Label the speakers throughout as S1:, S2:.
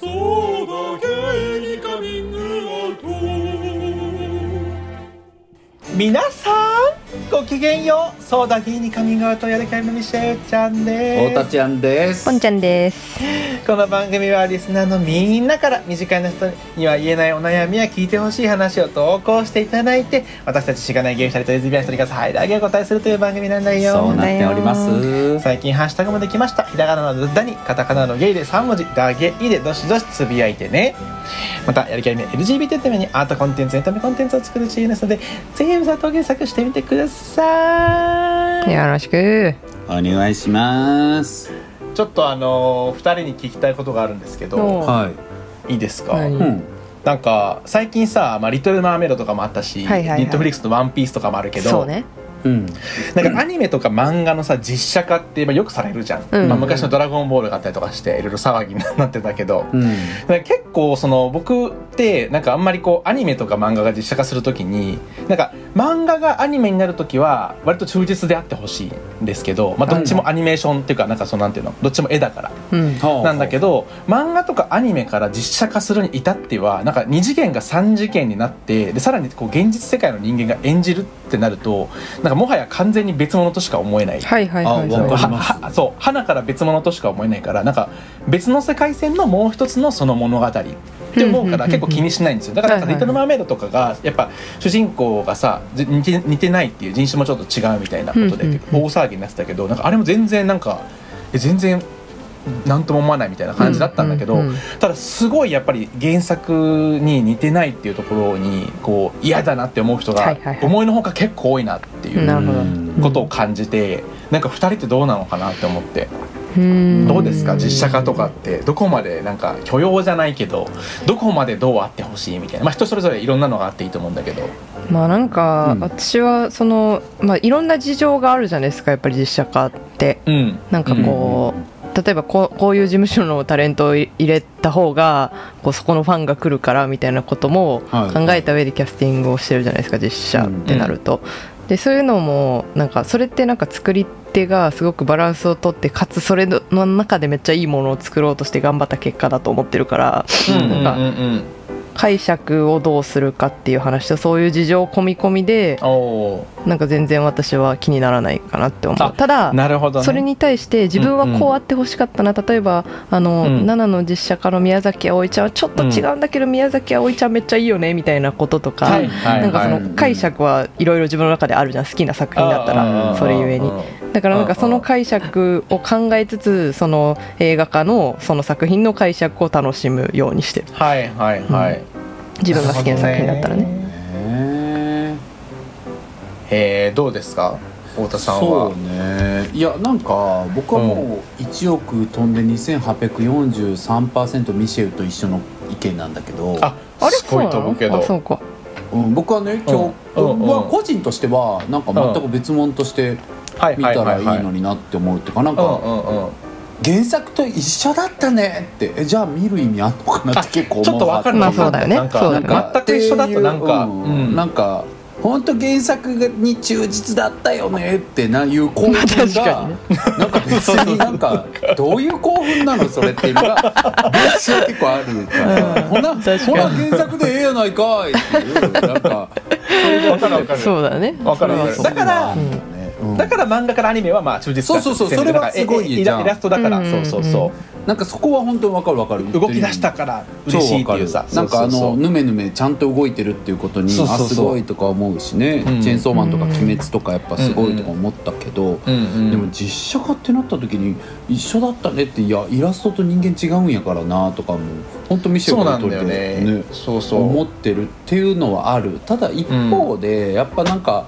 S1: そうだけにカミングアウト
S2: 皆さんごきげんようソーダゲイにカミングアウトやるかいのミシェルちゃんで
S3: 太田ちゃんです
S4: ぽんちゃんです。
S2: すこの番組はリスナーのみんなから身近な人には言えないお悩みや聞いてほしい話を投稿していただいて私たちしがないゲイ2人とレズビアン1人が最大限お答えするという番組なんだよ
S3: そうなっております
S2: 最近ハッシュタグもできましたひらがなのダにカタカナのゲイで3文字ダゲイでどしどしつぶやいてねまたやる気ありめ LGBT ためにアートコンテンツエンタメコンテンツを作るチームですのでぜひ歌と原作してみてください
S4: よろしく。
S3: お願いします
S2: ちょっとあのー、2人に聞きたいことがあるんですけど
S4: お
S3: はい
S2: いですか
S4: 何
S3: うん
S2: なんか最近さ「まあ、リトル・マーメイド」とかもあったし、
S4: はいはいはい
S2: ネットフリックスの「ワンピースとかもあるけど
S4: そうね。
S3: うん
S2: なんかアニメとか漫画のさ実写化ってまあよくされるじゃん、
S4: うん
S2: まあ、昔の「ドラゴンボール」があったりとかしていろいろ騒ぎになってたけど、
S3: うん
S2: なんか結構その僕ってなんかあんまりこうアニメとか漫画が実写化するときになんか漫画がアニメになるときは割と忠実であってほしいんですけど、まあ、どっちもアニメーションっていうかなんかそのなんていうのどっちも絵だから
S4: うん。
S2: なんだけ
S3: ど
S2: ど漫画とかアニメから実写化するに至ってはなんか2次元が3次元になってでさらにこう現実世界の人間が演じるってなるとなんかもはや完全に別物としか思えない
S4: はいはいはい
S3: あわか
S4: は
S3: り
S2: は
S3: ます
S2: はそう花から別物としか思えないからなんか別の世界線のもう一つのその物語って思うから
S4: うんうんうんうん
S2: 結構気にしないんですよだからなんか「
S4: は
S2: リ
S4: いはい
S2: トル・マーメイド」とかがやっぱ主人公がさじ似て似てないっていう人種もちょっと違うみたいなことで
S4: うんうんうん。
S2: 結構大騒ぎになってたけどなんかあれも全然なんかえ全然なんとも思わないみたいない感じだったんだけど、
S4: ううん
S2: ただすごいやっぱり原作に似てないっていうところにこう嫌だなって思う人
S4: は
S2: が
S4: いはいはい
S2: 思いのほか結構多いなっていううん
S4: なるほど。
S2: ことを感じて、なんか2人ってどうなのかなって思って、
S4: うん。
S2: どうですか実写化とかってどこまでなんか許容じゃないけどどこまでどうあってほしいみたいな、まあ、人それぞれいろんなのがあっていいと思うんだけど、
S4: まあなんか
S3: うん
S4: 私はそのまあいろんな事情があるじゃないですかやっぱり実写化って。
S2: うん、
S4: なんかこう例えばこうこういう事務所のタレントを入れた方がこうそこのファンが来るからみたいなことも
S3: はい
S4: 考えた上でキャスティングをしてるじゃないですか実写ってなると。でそういうのもなんかそれってなんか作り手がすごくバランスをとってかつそれの中でめっちゃいいものを作ろうとして頑張った結果だと思ってるから
S2: うんうんうん
S4: なんか
S2: うん
S4: 解釈をどうするかっていう話とそういう事情込み込みで
S2: おー
S4: なんか全然私は気にならないかなって思
S2: あ
S4: う。ただ
S2: なるほどね
S4: それに対して自分はこうあってほしかったな、例えばあの、
S2: うん
S4: 7の実写化の宮崎あおいちゃんはちょっと違うんだけど、宮崎あおいちゃんめっちゃいいよねみたいなこととか、
S2: はいはい
S4: なんかそ
S2: はい
S4: の解釈はいろいろ自分の中であるじゃん好きな作品だった
S3: あ
S4: ら
S3: ー
S4: それゆえにだからなんかその解釈を考えつつその映画化のその作品の解釈を楽しむようにしてる
S2: はいはいはい、
S4: 自分が好きな作品だったらね
S3: へー
S2: えー、どうですか太田さん
S3: そ
S2: は
S3: うねいやなんか僕はもう1億飛んで2843%ミシェルと一緒の意見なんだけど
S2: あ
S4: あれ
S2: すごいと思うけど
S4: あそうか
S3: うん僕はね今日
S2: うんうんうん
S3: まあ個人としてはなんか全く別物として
S2: はい
S3: 見
S2: はい
S3: た
S2: は
S3: らい
S2: い
S3: い
S2: はい
S3: のになって思うっていうかな
S2: う
S3: ん
S2: ん
S3: か
S2: うんうん
S3: 原作と一緒だったねってえじゃあ見る意味あんのかなって結構思う
S2: ちょっとわかる
S4: まあそうだよね
S2: なんか
S4: そう
S2: な
S4: だ
S2: ん
S4: ね
S2: か全く一緒だとなんか、
S3: う
S2: うん
S3: なんか本当原作に忠実だったよねってないう興奮が、
S4: まあ確か
S3: なんか別になん かどういう興奮なのそれっていうのが私は結構あるから、ほなほな原作でええやないかいっていうなん か
S2: わかるわかる
S4: そうだね
S2: わかるわかる
S4: そ
S2: だから
S3: そういうのはあるよねうん
S2: だから漫画からアニメはまあ忠実化
S3: そうそうそう
S2: してる
S3: それは
S2: なんか
S3: すごい
S2: ええイ
S3: じゃ
S2: ラ
S3: ん
S2: イラストだから、
S4: うん
S2: そうそうそう、
S3: なんかそこは本当にわかるわかる
S2: 動き出したから嬉しいっていうさ
S3: そうわかるなんかあ
S2: そう
S3: の
S2: そうそう
S3: ヌメヌメちゃんと動いてるっていうことに
S2: そうそうそう
S3: あすごいとか思うしね、
S2: うん
S3: チェーンソーマンとか鬼滅とかやっぱすごいとか思ったけど、
S2: うんうん
S3: でも実写化ってなった時に一緒だったねっていやイラストと人間違うんやからなとかも本当ミシェ
S2: そ
S3: ル
S2: うな
S3: が
S2: んだよねそうそう
S3: 思ってるっていうのはあるただ一方で、やっぱなんか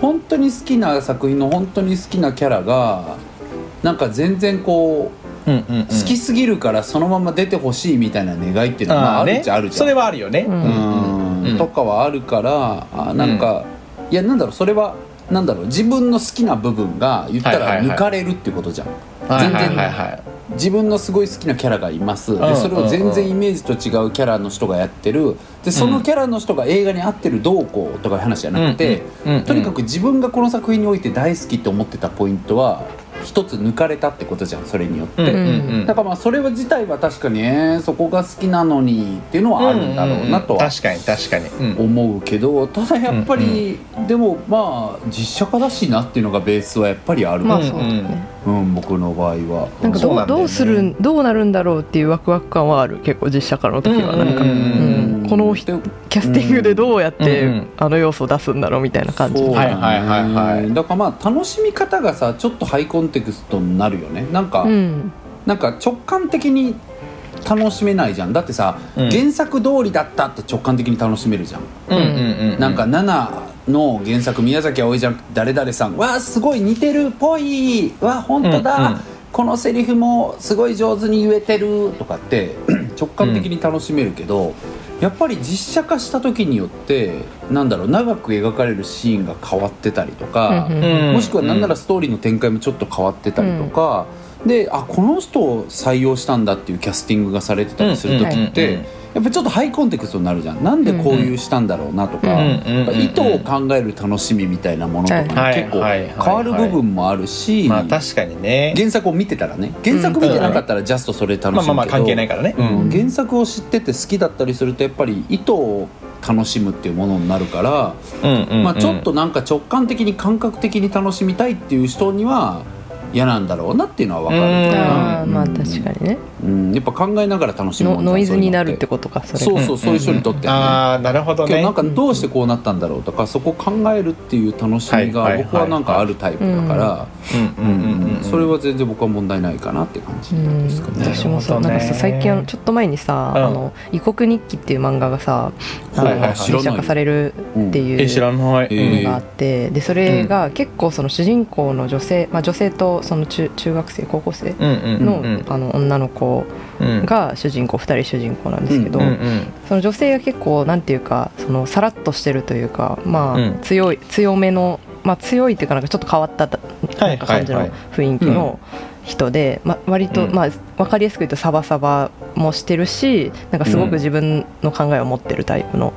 S3: 本当に好きな作品の本当に好きなキャラがなんか全然こう
S2: うんうんうん
S3: 好きすぎるからそのまま出てほしいみたいな願いっていうのは、まあ、
S2: あ
S3: あ
S2: ー
S3: るっ
S2: ね
S3: ちゃあるじゃん。
S2: それはあるよね、
S4: うん
S3: うん
S2: うん
S3: とかはあるからあなんか、いやなんだろうそれはなんだろう自分の好きな部分が言った
S2: はいは
S3: ら
S2: いはい
S3: 抜かれるってことじゃん。
S2: はいはい
S3: 全
S2: はい
S3: 然
S2: はい
S3: 自分のすごい好きなキャラがいます、
S2: うん
S3: でそれを全
S2: うん
S3: 然イメージと違うキャラの人がやってるでそのキャラの人が映画に合ってるどうこうとかいう話じゃなくて、
S2: うんうんうんうん
S3: とにかく自分がこの作品において大好きって思ってたポイントは一つ抜かれたってことじゃんそれによって、
S2: うんうんうん
S3: だからまあそれは自体は確かに、えーそこが好きなのにっていうのはあるんだろうなと
S2: んん
S3: は
S2: ん確かに確かに、うん
S3: 思うけどただやっぱり、でもまあ実写化だしなっていうのがベースはやっぱりある、
S4: まあ
S2: ん
S4: そうだね、
S3: うん、僕の場合は。
S4: なんかど
S2: そう
S4: う
S2: なんだよね
S4: どうするんどうなるんだろうっていうワクワク感はある結構実写化の時は
S2: うん
S4: なんか、
S2: うん
S4: うんこの人キャスティングでどうやっ
S2: う
S4: て
S2: ん
S4: あの要素を出すんだろうみたいな感じ
S3: そうだ
S2: はい
S3: ね
S2: はいはいはい
S3: だからまあ楽しみ方がさちょっとハイコンテクストになるよねなんか、
S4: うん
S3: なんか直感的に楽しめないじゃんだってさ、
S2: うん
S3: 原作通りだったって直感的に楽しめるじゃん、
S2: うんうんうん
S3: なんか7の原作宮崎あおいじゃん誰々さんわあすごい似てるっぽいわあ本当だ、
S2: うんうん
S3: このセリフもすごい上手に言えてるとかって 直感的に楽しめるけど、やっぱり実写化した時によってなんだろう長く描かれるシーンが変わってたりとか、
S4: うん
S2: うん
S3: もしくは何ならストーリーの展開もちょっと変わってたりとか、であこの人を採用したんだっていうキャスティングがされてたりする時って、
S2: うんうんうんうん
S3: やっぱちょっとハイコンテクストになるじゃんなんでこういうしたんだろうなとか、
S2: うんうん
S3: やっぱ意図を考える楽しみみたいなものとか
S2: は
S3: も
S2: い
S3: 結構
S2: はいはい
S3: 変わる部分もあるし、
S2: まあ確かにね
S3: 原作を見てたらね原作見てなかったらジャストそれ楽しむけど、
S2: まあまあまあ関係ないからね、
S3: うん
S4: うん
S3: 原作を知ってて好きだったりするとやっぱり意図を楽しむっていうものになるから、
S2: うんうんうん
S3: まあ、ちょっとなんか直感的に感覚的に楽しみたいっていう人には嫌なんだろうなっていうのは分かる
S2: うん
S4: あーまあ確か
S3: に、
S4: にね
S3: うん、やっぱ考えながら楽しむも
S4: ノ
S3: んじゃん
S4: ノイズ
S3: そういうの
S4: になるってことかそれ
S3: そうそうそういう人にとってはね、
S2: ああなるほど
S3: けど
S2: ね
S3: なんかどうしてこうなったんだろうとかそこ考えるっていう楽しみ
S2: はい
S3: が
S2: はい
S3: 僕はなんかあるタイプだから
S2: うんうんうんうん
S3: それは全然僕は問題ないかなって感じ
S4: うん
S3: ですかね。
S4: 私もそう
S2: な
S4: なん
S2: るほどね
S4: かさ最近あのちょっと前にさ「
S2: うん
S4: あの異国日記」っていう漫画がさこう
S2: はいはいはい
S4: 実写化されるっていう
S2: え知らない、
S3: え
S2: うん
S4: のがあってでそれが結構その主人公の女性、まあ、女性とその中中学生高校生
S2: うんうん
S4: の,、
S2: うん
S4: あの女の子
S2: うん
S4: が主人公2人主人公なんですけど、
S2: うんうん
S4: その女性が結構なんていうかそのさらっとしてるというか、まあ
S2: うん
S4: 強い強めの、まあ、強いっていうかなんかちょっと変わった
S2: は
S4: ないんか感じ
S2: はい
S4: の
S2: はい
S4: 雰囲気の人で、ま割と、
S2: うん
S4: まあ、分かりやすく言うとサバサバもしてるしなんかすごく自分の考えを持ってるタイプの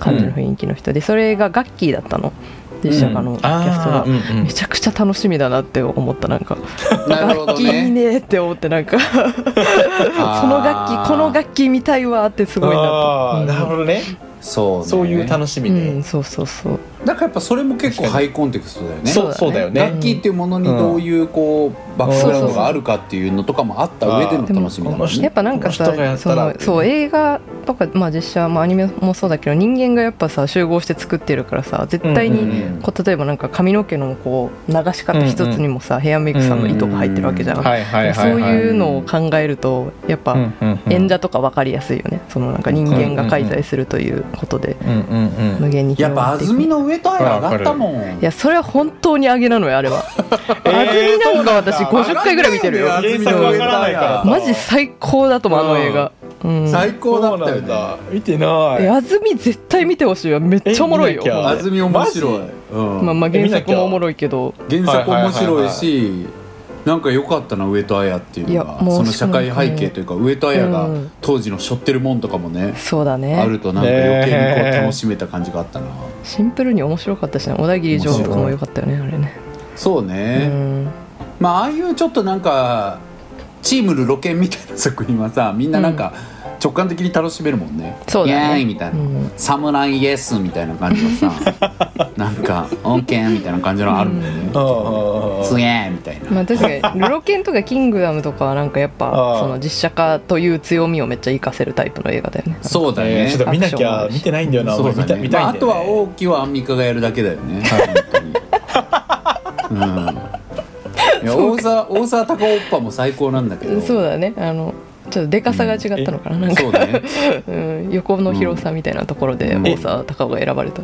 S4: 感じの雰囲気の人でそれがガッキーだったの実写化のキャストが
S2: あ。ーうんうん
S4: めちゃくちゃ楽しみだなって思ったなんか
S3: なるほ
S4: 楽
S3: ど
S4: 器いい
S3: ね。
S4: ねって思ってなん かその楽器この楽器見たいわってすごいな
S2: あー
S4: と
S2: なるほどね
S3: そうね
S2: そういう楽しみ
S4: う
S2: ね
S4: ん、そうそうそう
S3: だからやっぱそれも結構ハイコンテクストだよね。
S2: そうそうだよ
S3: 楽
S2: ね
S3: 器っていうものにどういうこうバックグラウンドがあるかっていうのとかもあった上での楽しみだもん
S4: やっ
S3: ね。
S4: ぱなんか
S2: こ
S4: さ
S2: の人がやった
S4: そ
S2: ら
S4: のそう映画とか、まあ、実写、まあ、アニメもそうだけど人間がやっぱさ集合して作ってるからさ絶対に、
S2: うん
S3: うん
S4: こう例えばなんか髪の毛のこう流し方一つにもさ、ヘアメイクさんの意図が入ってるわけじゃん、
S2: はいはい
S4: そ
S2: は
S4: う
S2: い、はい、
S4: いうのを考えるとやっぱ、
S2: うんうんうん
S4: 演者とか分かりやすいよねそのなんか人間が解体するということで
S2: うんうんう
S4: 無
S2: ん
S4: 限に
S3: やっぱ
S4: 広がってい
S3: 安
S4: く
S3: 曇の上と上がったもん
S4: い。やそれは本当にアゲなのよあれは安住なんか私
S2: そうなん
S3: だ
S4: 50回ぐらい見てるよ
S3: 上がっ
S2: 原
S3: てるよ
S2: 作わからないから
S4: マジ最高だと思うあの映画うん
S3: 最高だった
S2: そ
S3: よ
S2: うな
S3: ね。
S2: んだ見てない
S4: え安住絶対見てほしいわめっちゃおもろいよ
S2: え見なきゃ
S3: 安住面白い。うん
S4: まあ、まあ原作もおもろいけど
S3: 原作面白いしなんか良かったな上戸彩っていうの
S4: い
S3: が
S4: やもう
S3: その社会背景というか上戸彩が
S4: うん
S3: 当時の背負ってるもんとかもね、
S4: そうだね
S3: あるとなんか余計にこう楽しめた感じがあったな、
S4: シンプルに面白かったしね小田切城とかも良かったよねあれね、
S3: そう
S4: う
S3: ね、
S4: ん、
S3: まあああいうちょっとなんかチームルロケンみたいな作品はさみんななんか直感的に楽しめるもんね、
S4: そうだね
S3: イエーイみたいな、
S4: うん
S3: サムライイエスみたいな感じの さなんかオーケーみたいな感じのあるもんね、
S2: うん
S3: すげえみたいな、
S4: まあ確かに「ルロケン」とか「キングダム」とかはなんかやっ
S2: あ
S4: ぱ
S2: あ
S4: その実写化という強みをめっちゃ活かせるタイプの映画だよね
S3: そうだね、
S2: えーちょっと見なきゃ見てないんだよな
S3: そう
S2: 俺
S3: だ
S2: 見た
S3: ね
S2: 見たい
S3: ま
S2: ん
S3: あ、あ
S2: だ
S3: と
S2: よ
S3: は
S2: ね
S3: 大きはアンミカがやるだけだよね、本当に うんいや大沢大沢たかおっぱも最高なんだけど
S4: そうだねあのちょっとでかさが違ったのかな,、なんか
S3: そうね
S4: うん、横の広さみたいなところで
S3: うん
S4: 大沢たかおが選ばれた、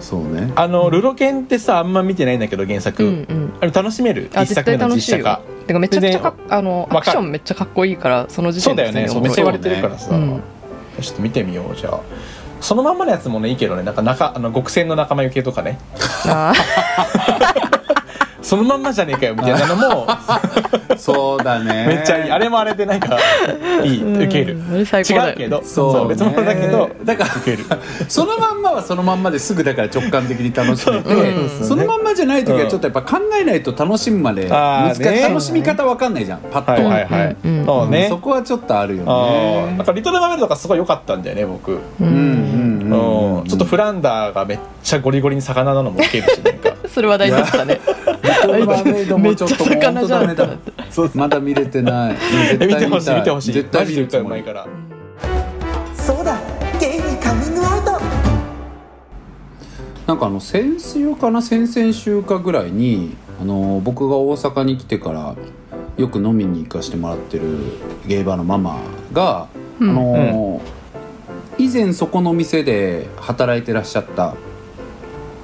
S3: そうね
S2: あのルロケンってさあんま見てないんだけど原作、
S4: うんうん
S2: あれ楽しめる
S4: あ
S2: 一
S4: 絶
S2: 作
S4: 対
S2: 目の
S4: 楽
S2: 実
S4: しい
S2: 写
S4: よ
S2: 化
S4: てかめちゃくちゃかっ
S2: 全
S4: あ
S2: わ
S4: の
S2: かる
S4: アクションめっちゃかっこいいからその時
S2: そう
S4: 点
S2: だ
S4: で
S2: よねそう
S4: 普通
S2: めっち
S4: に
S2: ゃ言われてるか
S4: 面白い
S2: らさ、
S4: うん
S2: ちょっと見てみようじゃあそのまんまのやつもねいいけどねなんか中あの極戦の仲間由紀とかね
S4: あ
S2: そのまんまじゃねえかよみたいなの も
S3: そうだ ね
S2: めっちゃいいあれもあれでなんかいい受ける
S4: うんあれ最高だ
S2: 違う
S4: よ
S2: け
S4: ね
S2: ど
S3: そう
S2: そう別物だけど
S3: だから
S2: 受ける
S3: そのまんまはそのまんまですぐだから直感的に楽し めて、
S4: うん
S3: そのまんまじゃない時はちょっとやっぱ考えないと楽しむまで
S2: あ
S3: 難
S2: ー
S3: しい、
S2: ね
S3: 楽しみ方わかんないじゃんパッと、
S2: はいはいはい
S4: うんうんうん
S2: そう
S3: うん
S2: ね
S3: そこはちょっとあるよ
S2: あーなん
S3: ね
S2: か「リトル・マーメイド」とかすごい良かったんだよね僕
S4: う
S3: うん
S4: ん
S3: うんうん
S2: うんちょっとフランダーがめっちゃゴリゴリに魚なのも受けるし なんか
S4: それ話題になってたね
S3: リトルマーメイドもちょっと
S4: め
S3: もう
S4: っちゃ
S3: 本
S4: 魚
S3: 当
S4: じゃ
S3: ダ
S4: ん
S3: メだ
S2: そう
S3: まだ見れてない
S2: え
S3: 絶 対
S2: 見てほしい
S3: た
S2: 見てほしい
S3: 絶対
S2: マ
S3: 見
S2: ジで
S3: る
S2: 歌
S3: つ
S2: う
S3: も
S2: まい
S3: り
S2: から
S5: そうだゲイにカミングアウト
S3: なんかあの先週かな先々週かぐらいにあの僕が大阪に来てからよく飲みに行かしてもらってるゲイバーのママが、
S4: うん
S3: あの以前そこの店で働いてらっしゃった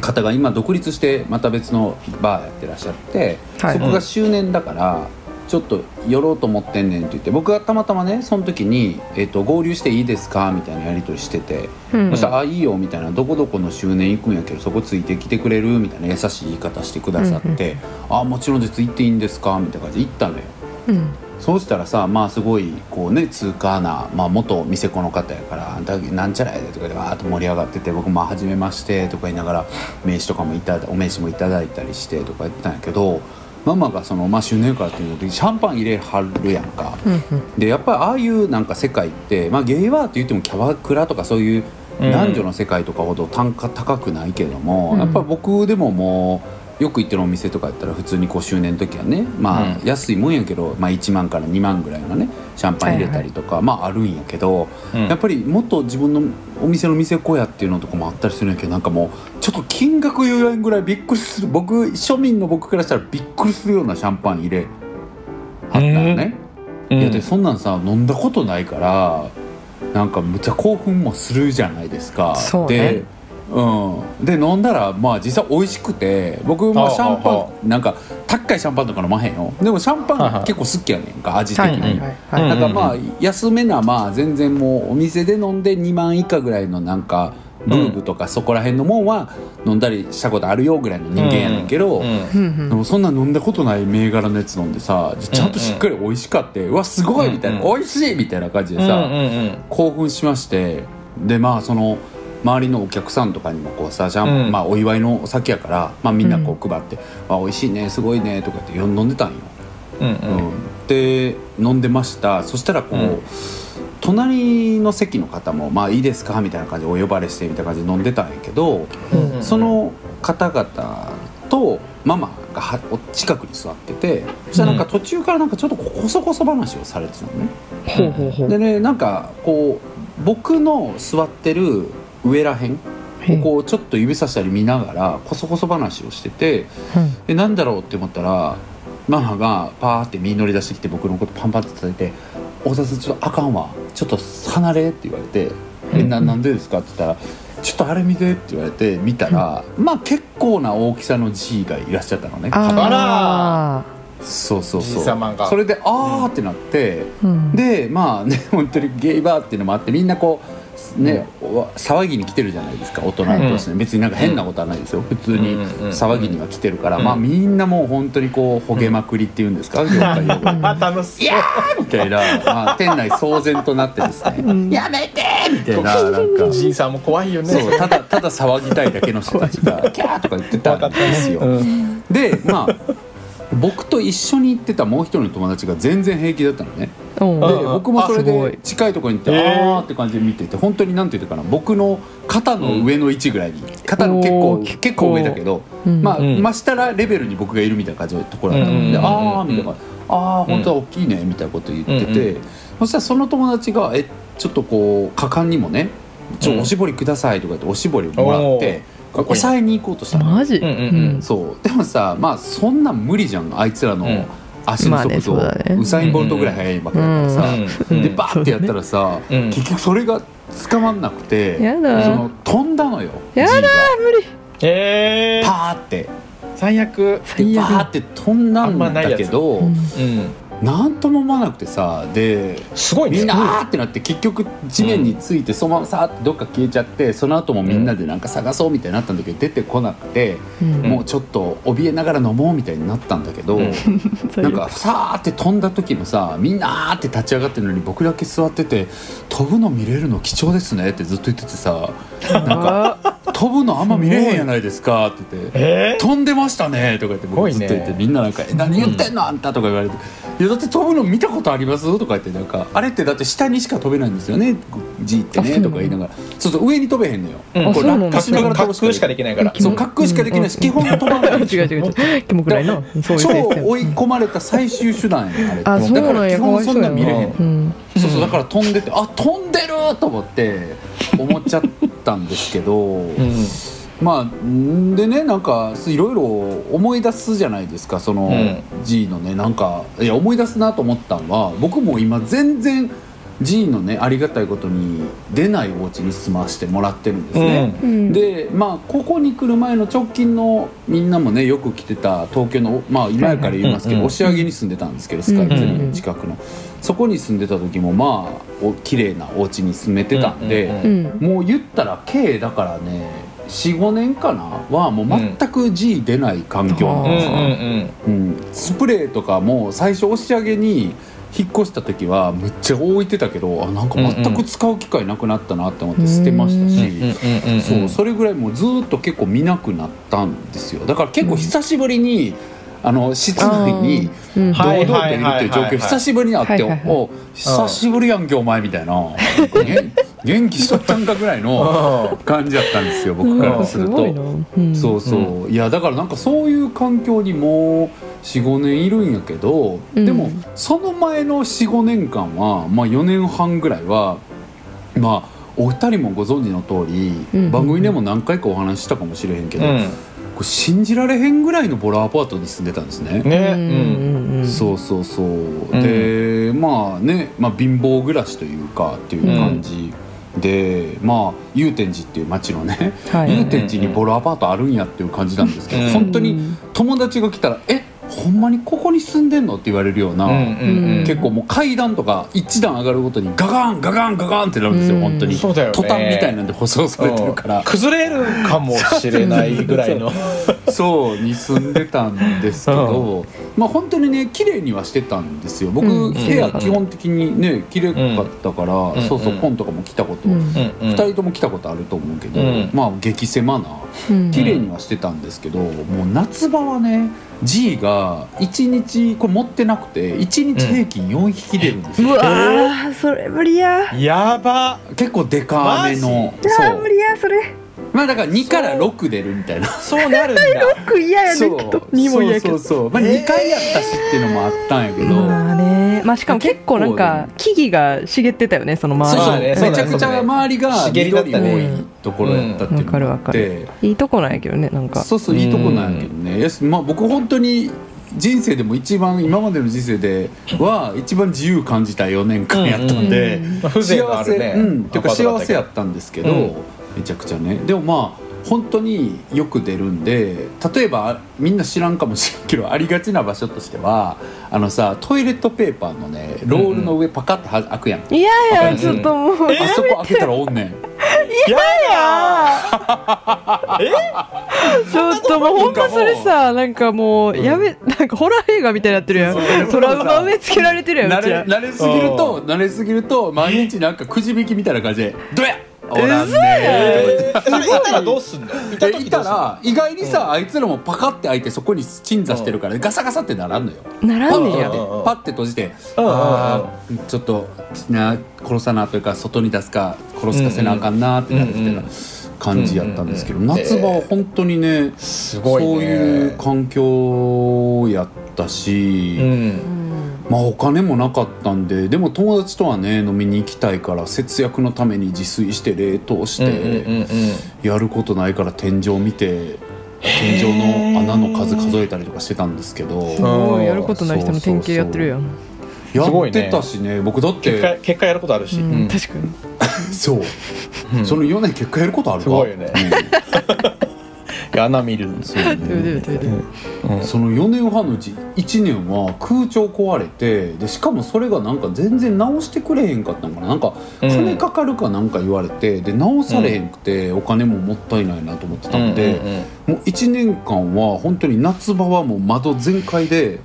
S3: 方が今独立してまた別のバーやってらっしゃって、
S4: はい
S3: そこが周年だから。ちょっと寄ろうと思ってんねんって言って僕がたまたまねその時に、えっと「合流していいですか?」みたいなやり取りしてて
S4: うん
S3: そしたら「あいいよ」みたいな「どこどこの周年行くんやけどそこついてきてくれる?」みたいな優しい言い方してくださって「あもちろんです行っていいんですか?」みたいな感じで行ったのよ
S4: うん
S3: そうしたらさまあすごいこうね通過な、まあ、元店子の方やから「あんたなんちゃらやで」とかでわーっと盛り上がってて僕も「はじめまして」とか言いながら名刺とかもいただお名刺もいただいたりしてとか言ってたんやけどママがその、まあ、周年会っていうのでシャンパン入れはるやんか。
S4: うん
S3: でやっぱりああいうなんか世界って、まあ、ゲイバーって言ってもキャバクラとかそういう
S2: うん
S3: 男女の世界とかほど単価高くないけども、
S4: うん
S3: やっぱ僕でももうよく行ってるお店とかやったら普通にこう周年の時はねまあ
S2: う
S3: 安いもんやけど、まあ、1万から2万ぐらいのねシャンパン入れたりとか、まああるんやけど、
S2: うん
S3: やっぱりもっと自分のお店の店小屋っていうのとかもあったりするんやけどなんかもうちょっと金額言わんぐらいびっくりする僕庶民の僕からしたらびっくりするようなシャンパン入れあったよね。
S2: うん
S3: いやでそんなんさ飲んだことないからなんかむっちゃ興奮もするじゃないですか
S4: そうね
S3: で,、うん、で飲んだらまあ実際美味しくて僕
S2: はあ
S3: も
S2: はあ
S3: シャンパ
S2: は
S3: ンなんか高いシャンパンとか飲まへんよでもシャン
S2: はい
S3: パ
S2: は
S3: ン
S2: い
S3: 結構好きやねんか味的
S4: は
S3: に、
S4: いはいはいはい
S2: うん
S3: なんかまあ安めなまあ全然もうお店で飲んで2万以下ぐらいのなんかブーブとかそこら辺のもんは飲んだりしたことあるよぐらいの人間やねんけど、
S2: うんうん
S4: うん
S3: でもそんな飲んだことない銘柄のやつ飲んでさちゃんとしっかり美味しかって、うわすごいみたいな、
S2: うん
S3: 美味しいみたいな感じで
S2: うん
S3: さ、
S2: うん
S3: 興奮しましてでまあその周りのお客さんとかにもこうさじゃあ、
S2: うん
S3: まあ、お祝いのお酒やから、まあ、みんなこう配って「あ美味しいねすごいね」とかって飲んでたんよ。
S2: うんう
S3: うん
S2: うん
S3: んで飲んでましたそしたらこう、
S2: うん
S3: 隣の席の方も「まあいいですか」みたいな感じでお呼ばれしてみたいな感じで飲んでたんやけど、
S2: うんうん
S3: その方々とママがはお近くに座っててそしたらなんか途中からなんかちょっとこそこそ話をされてたのね。
S4: ほうほうほう
S3: でねなんかこう僕の座ってる上らへんをこうちょっと指さしたり見ながらこそこそ話をしてて
S4: うん
S3: でなんだろうって思ったらママがパーって身乗り出してきて僕のことパンパンって叩いて「大田さんちょっとあかんわちょっと離れ」って言われて「えななんでですか?」って言ったら「ちょっとあれ見て」って言われて見たらまあ結構な大きさの G がいらっしゃったのね
S4: あ
S3: そうそうそ
S2: G 様
S3: う
S2: が
S3: それで「あー」ってなって、
S4: らうん
S3: でまあね 本当にゲイバーっていうのもあってみんなこうね、わ騒ぎに来てるじゃないですか大人として、別になんか変なことはないですよ普通に
S2: うんうんうん
S3: 騒ぎには来てるから、
S2: うん
S3: まあみんなもう本当にこうほげまくりっていうんですか、業界用語
S2: あ楽しそういや
S3: みたいな、まあ、店内騒然となってですね、
S4: ん
S3: やめてみたいななんか
S2: じいさんも怖いよね
S3: そうただただ騒ぎたいだけの人たち がキャーとか言ってたんですよ。
S2: うん
S3: でまあ僕と一緒に行ってたもう一人の友達が全然平気だったのね。
S4: うん
S3: で
S2: うん
S3: 僕もそれ
S4: あすご
S3: で
S4: い
S3: 近いところに行って
S2: へー
S3: あーって感じで見てて本当になんていうのかな僕の肩の上の位置ぐらいに肩の結
S4: お
S3: 構
S4: ー
S3: 結構上だけど、
S4: うん
S3: まあ、
S2: うん
S3: 真下らレベルに僕がいるみたいな感じのところだったので、
S2: うん
S3: あーみたいなあー本当は大きいねみたいなこと言ってて、そしたらその友達がえちょっとこう果敢にもねち
S2: うん
S3: ょおしぼりくださいとか言っておしぼりをもらって
S2: おー
S3: 抑えに行こうとしたの
S4: マジ
S2: うんうん
S3: そうでもさまあそんなん無理じゃんあいつらの
S2: うん
S3: 足の
S4: まあね
S3: 速度、
S4: そうだね
S3: ウサイン・ボルトぐらい速いわけだからさ、
S2: うん
S3: でバーってやったらさ、
S2: そうだね
S3: 結局それが捕まんなくて、
S4: やだ
S3: その飛んだのよ
S4: やだ
S3: G が
S2: え
S3: パ
S2: ー
S3: ーって
S2: 最悪
S3: で
S4: 最
S3: バー
S4: 悪
S3: って飛んだんだけど、
S4: うん
S2: うん
S3: なんとも思わなくてさです
S2: ごいね
S3: みんなあーってなって結局地面についてそのままさーってどっか消えちゃってその後もみんなでなんか探そうみたいになったんだけど出てこなくて、
S4: うん
S3: もうちょっと怯えながら飲もうみたいになったんだけど、
S2: うん
S4: そうい
S3: な
S4: うん
S3: かさーって飛んだ時もさみんなあーって立ち上がってるのに僕だけ座ってて「飛ぶの見れるの貴重ですね」ってずっと言っててさ「なんか飛ぶのあんま見れへんやないですか」って言って。
S2: え
S3: 飛んでましたねとか言って僕ずっと言っ
S2: すご
S3: て、
S2: いね
S3: みんななんか「え何言ってんのあんた」とか言われて「いやだって飛ぶの見たことあります?」とか言ってなんか「あれってだって下にしか飛べないんですよね G って
S4: あそう
S3: ね」
S4: なの
S3: とか言いながらそうそう上に飛べへんのよ。
S2: うん
S4: あ
S3: こ
S4: そう
S3: れ
S4: なの
S3: 落下しながら飛
S2: 滑
S3: ぶしか
S2: 空しかで
S3: でき
S2: きないから
S3: ない。そう滑空しかできないし基本飛ばない
S4: 違う違う違うキモくらいのそう
S3: 超
S4: いうシステム
S3: 追い込まれた最終手段やねあ
S4: あ
S3: れ
S4: そう
S3: だか
S4: なん
S3: ら基
S4: やかわ
S3: 本
S4: いそ
S3: そ
S4: うん
S3: な
S4: や
S3: ん見れへん
S4: なうん
S3: そうそうだから飛んでてあ飛んでると思って思っちゃったんですけど、
S2: うん
S3: まあんでねなんかいろいろ思い出すじゃないですかその
S2: うん
S3: G のねなんかいや思い出すなと思ったのは僕も今全然 G のねありがたいことに出ないお家に住ましてもらってるんですね。
S4: うん
S3: でまあここに来る前の直近のみんなもねよく来てた東京のまあ今やから言いますけ
S2: うんう
S3: ど
S2: ん
S3: 押上に住んでたんですけどスカイツリーの近くのそこに住んでた時もまあお綺麗なお家に住めてたん
S2: うんうん
S3: で
S4: うん
S3: もう言ったら計だからね45年かなはもう全く G 出ない環境なん
S2: うん
S3: ですよ
S2: うん
S3: うん、スプレーとかも最初押し上げに引っ越した時はむっちゃ置いてたけどあなんか全く使う機会なくなったなって思って捨てましたし。
S2: うんうんうんうん
S3: そうそれぐらいもうずーっと結構見なくなったんですよだから結構久しぶりに、あの室内に
S4: うん
S2: は
S3: 堂
S2: い
S3: 々といるっていう状
S2: はいはいはいはい
S3: 況久しぶりにあって「
S4: はいはいはい
S3: お久しぶりやんけお前」みたいな「元元気しとったんか」ぐらいの
S2: う
S3: 感じだったんですよ僕からする
S4: うんごいな
S3: と。
S4: ん
S3: そうそう、いやだからなんかそういう環境にもう45年いるんやけど、で
S4: う
S3: も
S4: ん
S3: その前の45年間は、まあ、4年半ぐらいはまあお二人もご存知の通り、
S4: うんうんうん
S3: 番組でも何回かお話ししたかもしれへんけど、
S2: ん
S3: これ信じられへんぐらいのボロアパートに住んでたんですね。
S2: うんねう
S4: う
S2: ん
S4: んうん
S3: そうそうそう、でまあね、まあ、貧乏暮らしというかっていう感じ、でまあ祐天寺っていう町のね
S4: はい
S3: 祐天寺にボロアパートあるんやっていう感じなんですけ
S2: う
S3: ど、
S2: ん
S3: 本当に友達が来たら「えほんまにここに住んでんの?」って言われるような、
S2: うんうんうん
S3: 結構もう階段とか一段上がるごとにガガンガガンガガンってなるんですよ、
S4: うん
S3: 本当に
S2: そうだよね
S3: トタンみたいなんで舗装されてるから、
S2: 崩れるかもしれないぐらいの
S3: そうに住んでたんですけど、まあ本当にね綺麗にはしてたんですよ僕、
S4: うん
S3: 部屋基本的にね綺麗かったから、
S2: ん
S3: そうそう
S2: うん
S3: 本とかも来たこと、
S4: う
S3: 二
S4: ん
S2: うんうん
S3: 人とも来たことあると思うけど、
S2: うん
S3: まあ激狭な
S4: うん
S3: 綺麗にはしてたんですけど、もう夏場はね G が1日これ持ってなくて1日平均4匹出るんです
S4: う
S3: よ、
S4: わーそれ無理や
S2: やば
S3: 結構デカめの
S4: あ
S3: そ
S4: ー無
S3: う
S4: 理やそれ
S3: まあだから2から6出るみ たいな
S2: そうなるんだ
S4: 僕嫌や
S3: そ
S4: ね
S3: う
S4: きっと2も嫌やけど
S3: そうそうそう、まあ、2回やったしっていうのもあったんやけど、
S4: まあねまあしかも結構なんか
S3: 結
S4: 木々が茂ってたよねその
S3: そう
S4: 周
S3: そう、
S2: まあね
S3: めちゃくちゃ周りが
S2: そうだね
S3: 緑
S2: そうだね
S3: 多いところやったっていうのもあ
S4: わ
S3: っ
S4: か
S3: て
S4: るりいいとこなんやけどねなんか
S3: そうそういいとこなんやけどね、いやまあ、僕本当に人生でも一番今までの人生では一番自由感じた4年間やったんで、
S4: うん
S2: 風情のあ
S3: 幸
S2: る
S3: せ、
S2: ね
S3: うん、ていうか
S2: アパートだった
S3: 幸
S2: け
S3: せ
S2: ど
S3: やったんですけど、
S2: うん
S3: めちゃくちゃねでもまあ本当によく出るんで例えばみんな知らんかもしれんけどありがちな場所としてはあのさトイレットペーパーのねロールの上パカッては開くやん、
S4: いや
S2: う
S4: や
S2: ん
S4: ちょっともう
S3: あそこ開けたらおんねん
S4: ちょっともうほんまそれさなんかもうやめなんかホラー映画みたいになってるや
S3: そうそうそ
S4: ん
S3: う
S4: トラウマ植え付けられてるやん
S3: 慣
S4: うち
S3: れ
S4: ら
S3: 慣れすぎると慣れすぎると毎日なんかくじ引きみたいな感じで「どや!」おらんねん
S2: えそれいたらどうすんのい
S3: で
S2: 時どうすんの
S3: いたら意外にさあいつらもパカって開いてそこに鎮座してるからガサガサってならんのよ
S4: ならんねんや
S2: うんうんうん
S3: パッて閉じて
S2: うんうんうん
S3: あーちょっとな殺さなというか外に出すか殺すかせなあかんなってなるみたいな感じやったんですけど
S2: うんうんうん
S3: 夏場は本当にね
S2: す
S3: そ
S2: ご
S3: う
S2: いね
S3: いう環境やったし、
S2: うん
S3: まあお金もなかったんででも友達とはね飲みに行きたいから節約のために自炊して冷凍し
S2: うんう
S3: て、
S2: んうんうん
S3: やることないから天井見て天井の穴の数数えたりとかしてたんですけど
S4: すごいやることない人の典型やってるやん
S3: や
S2: すごい
S3: っ
S2: ね
S3: てたしね僕だっ
S2: 結果
S3: て
S2: 結果やることあるし
S4: う
S2: う
S4: ん
S2: ん
S4: 確かに
S3: そう、
S2: うん
S3: その4年結果やることあるか
S2: すごいよね
S3: うん
S2: いや穴見るんですよ、
S3: そう
S4: トゥ
S3: ね
S4: ルトゥルトゥル
S2: うん
S3: その4年半のうち1年は空調壊れてでしかもそれがなんか全然直してくれへんかったんかななんか
S2: うん
S3: 金かかるかなんか言われてで直されへんくてお金ももったいないなと思ってたんで
S2: うんうんうん
S3: もう1年間は本当に夏場はもう窓全開で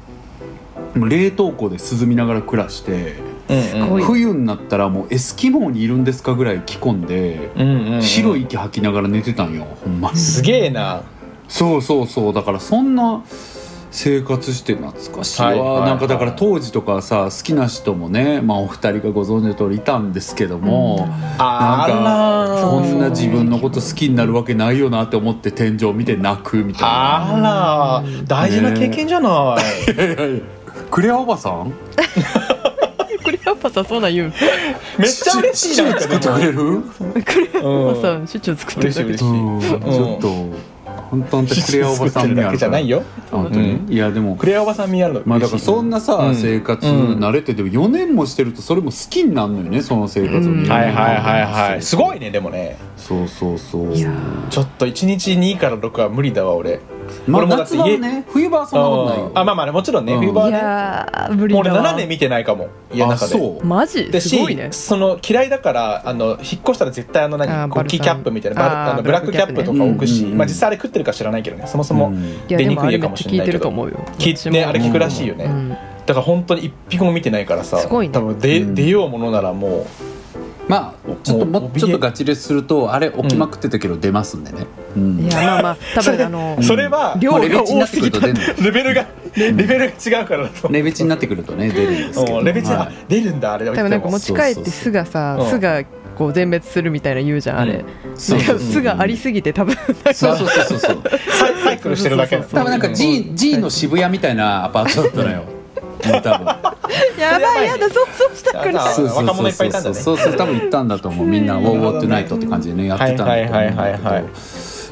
S3: もう冷凍庫で涼みながら暮らして
S2: うん
S4: ごい
S3: 冬になったらもうエスキモーにいるんですかぐらい着込んで
S2: うんうんうん
S3: 白い息吐きながら寝てたんよほんまに。
S2: すげえな
S3: そうそうそうだからそんな生活して懐かしいわ、
S2: はいはいはい
S3: なんかだから当時とかさ好きな人もね、まあ、お二人がご存知の通りいたんですけども、
S2: あ
S3: なん
S2: ら
S3: か
S2: ー
S3: こんな自分のこと好きになるわけないよなって思って天井見て泣くみたいな
S2: あら大事な経験じゃない、
S3: いやいやいやクレアおばさん
S4: クレアパさんそんなん言う
S2: めっちゃ嬉しいじゃん
S3: シチュー作ってくれる、うん、
S4: クレアパさ
S2: うん
S4: んシチュー作って
S2: 嬉
S4: る
S2: しい
S4: だけ
S2: 嬉
S4: で
S2: しい、
S3: ちょっと本当あんたクレアおばさん
S2: 作ってる
S3: に
S2: だ
S3: あ
S2: け
S3: る
S2: じ
S3: か
S2: ゃな
S3: ら
S2: いよ
S3: 本当に
S2: う
S3: いやでも
S2: クレアおばさん見やるの
S3: まあだ
S2: 嬉し
S3: から
S2: い
S3: そんなさ、
S2: うん
S3: 生活
S2: うん
S3: 慣れてても4年もしてるとそれも好きになるのよねその生活を見る
S4: うん
S2: はいはいはいはいすご
S3: い
S2: いねでもね
S3: そうそうそう
S4: いや
S2: ちょっと1日2から6は無理だわ俺
S3: まあ
S2: 俺もだって
S3: 夏場はね冬場はそんなことないよ
S2: あまあまあねもちろんね
S3: うん
S2: 冬場はいね
S4: やー無理
S2: もう
S4: だ
S2: 俺
S4: わ
S2: 7年見てないかも家の
S3: あ
S2: 中で
S3: そう
S4: マジ
S2: です
S4: ごいね
S2: しその嫌いだからあの引っ越したら絶対あの
S4: あ
S2: 何
S4: ー
S2: こう
S4: バルサ
S2: キ
S4: ン
S2: ーキャップみたいなバル
S4: あー
S2: あのブラックキャップとか置くし、
S3: ブラックキャップねうんうんうん
S2: まあ、実際あれ食ってるか知らないけどねそもそも、
S3: うん
S4: い
S2: 出
S4: やで
S2: に
S4: も
S2: く
S4: あ
S2: い
S4: れ
S2: か
S4: めっ
S2: も
S4: ち
S2: し
S4: ゃ
S2: れ
S4: 聞
S2: ないいけ
S4: てると
S2: ど、
S4: 思うよ
S2: き
S4: 私も
S2: ねあれ聞くらしいよね、
S4: うん
S2: だから本当に一匹も見てないからさ
S4: すごいね
S2: 多分出
S3: うん
S2: 出ようものならも
S3: まあちょっともうちょっとガチレスするとあれ起きまくってたけど出ますんでね、うん
S4: いやまあまあ多分あの
S2: うそれは
S4: 量
S3: まあレベ
S4: が
S3: チにな
S4: 多
S3: って
S4: す
S3: くる
S4: ぎ
S3: と出
S4: た
S3: るのよ
S2: レベルがレベルが違うからだと思
S3: レベチになってくるとね出るんですけ
S2: う
S3: ど
S2: レベルが
S3: はい
S2: 出るんだあれで
S4: 多分なんか持ち帰って巣がさ
S2: そうそうそう
S4: 巣がこう全滅するみたいな言うじゃんあれ、
S2: うん
S3: そうそうそう
S4: 巣がありすぎて多分
S3: そうそうそうそうそう
S2: サイサイクルしてるだけ
S3: 多分なんか G, G の渋谷みたいなアパートだったのようん多分
S4: やばいやだ想像したくない
S2: あ若者いっぱいいたんだね
S3: そうそうそうそう多分行ったんだと思うみんな「ウォーウォートゥナイト」って感じでねやってたんだと思うん
S2: はいはいは
S3: だ
S2: いはいはい
S3: けど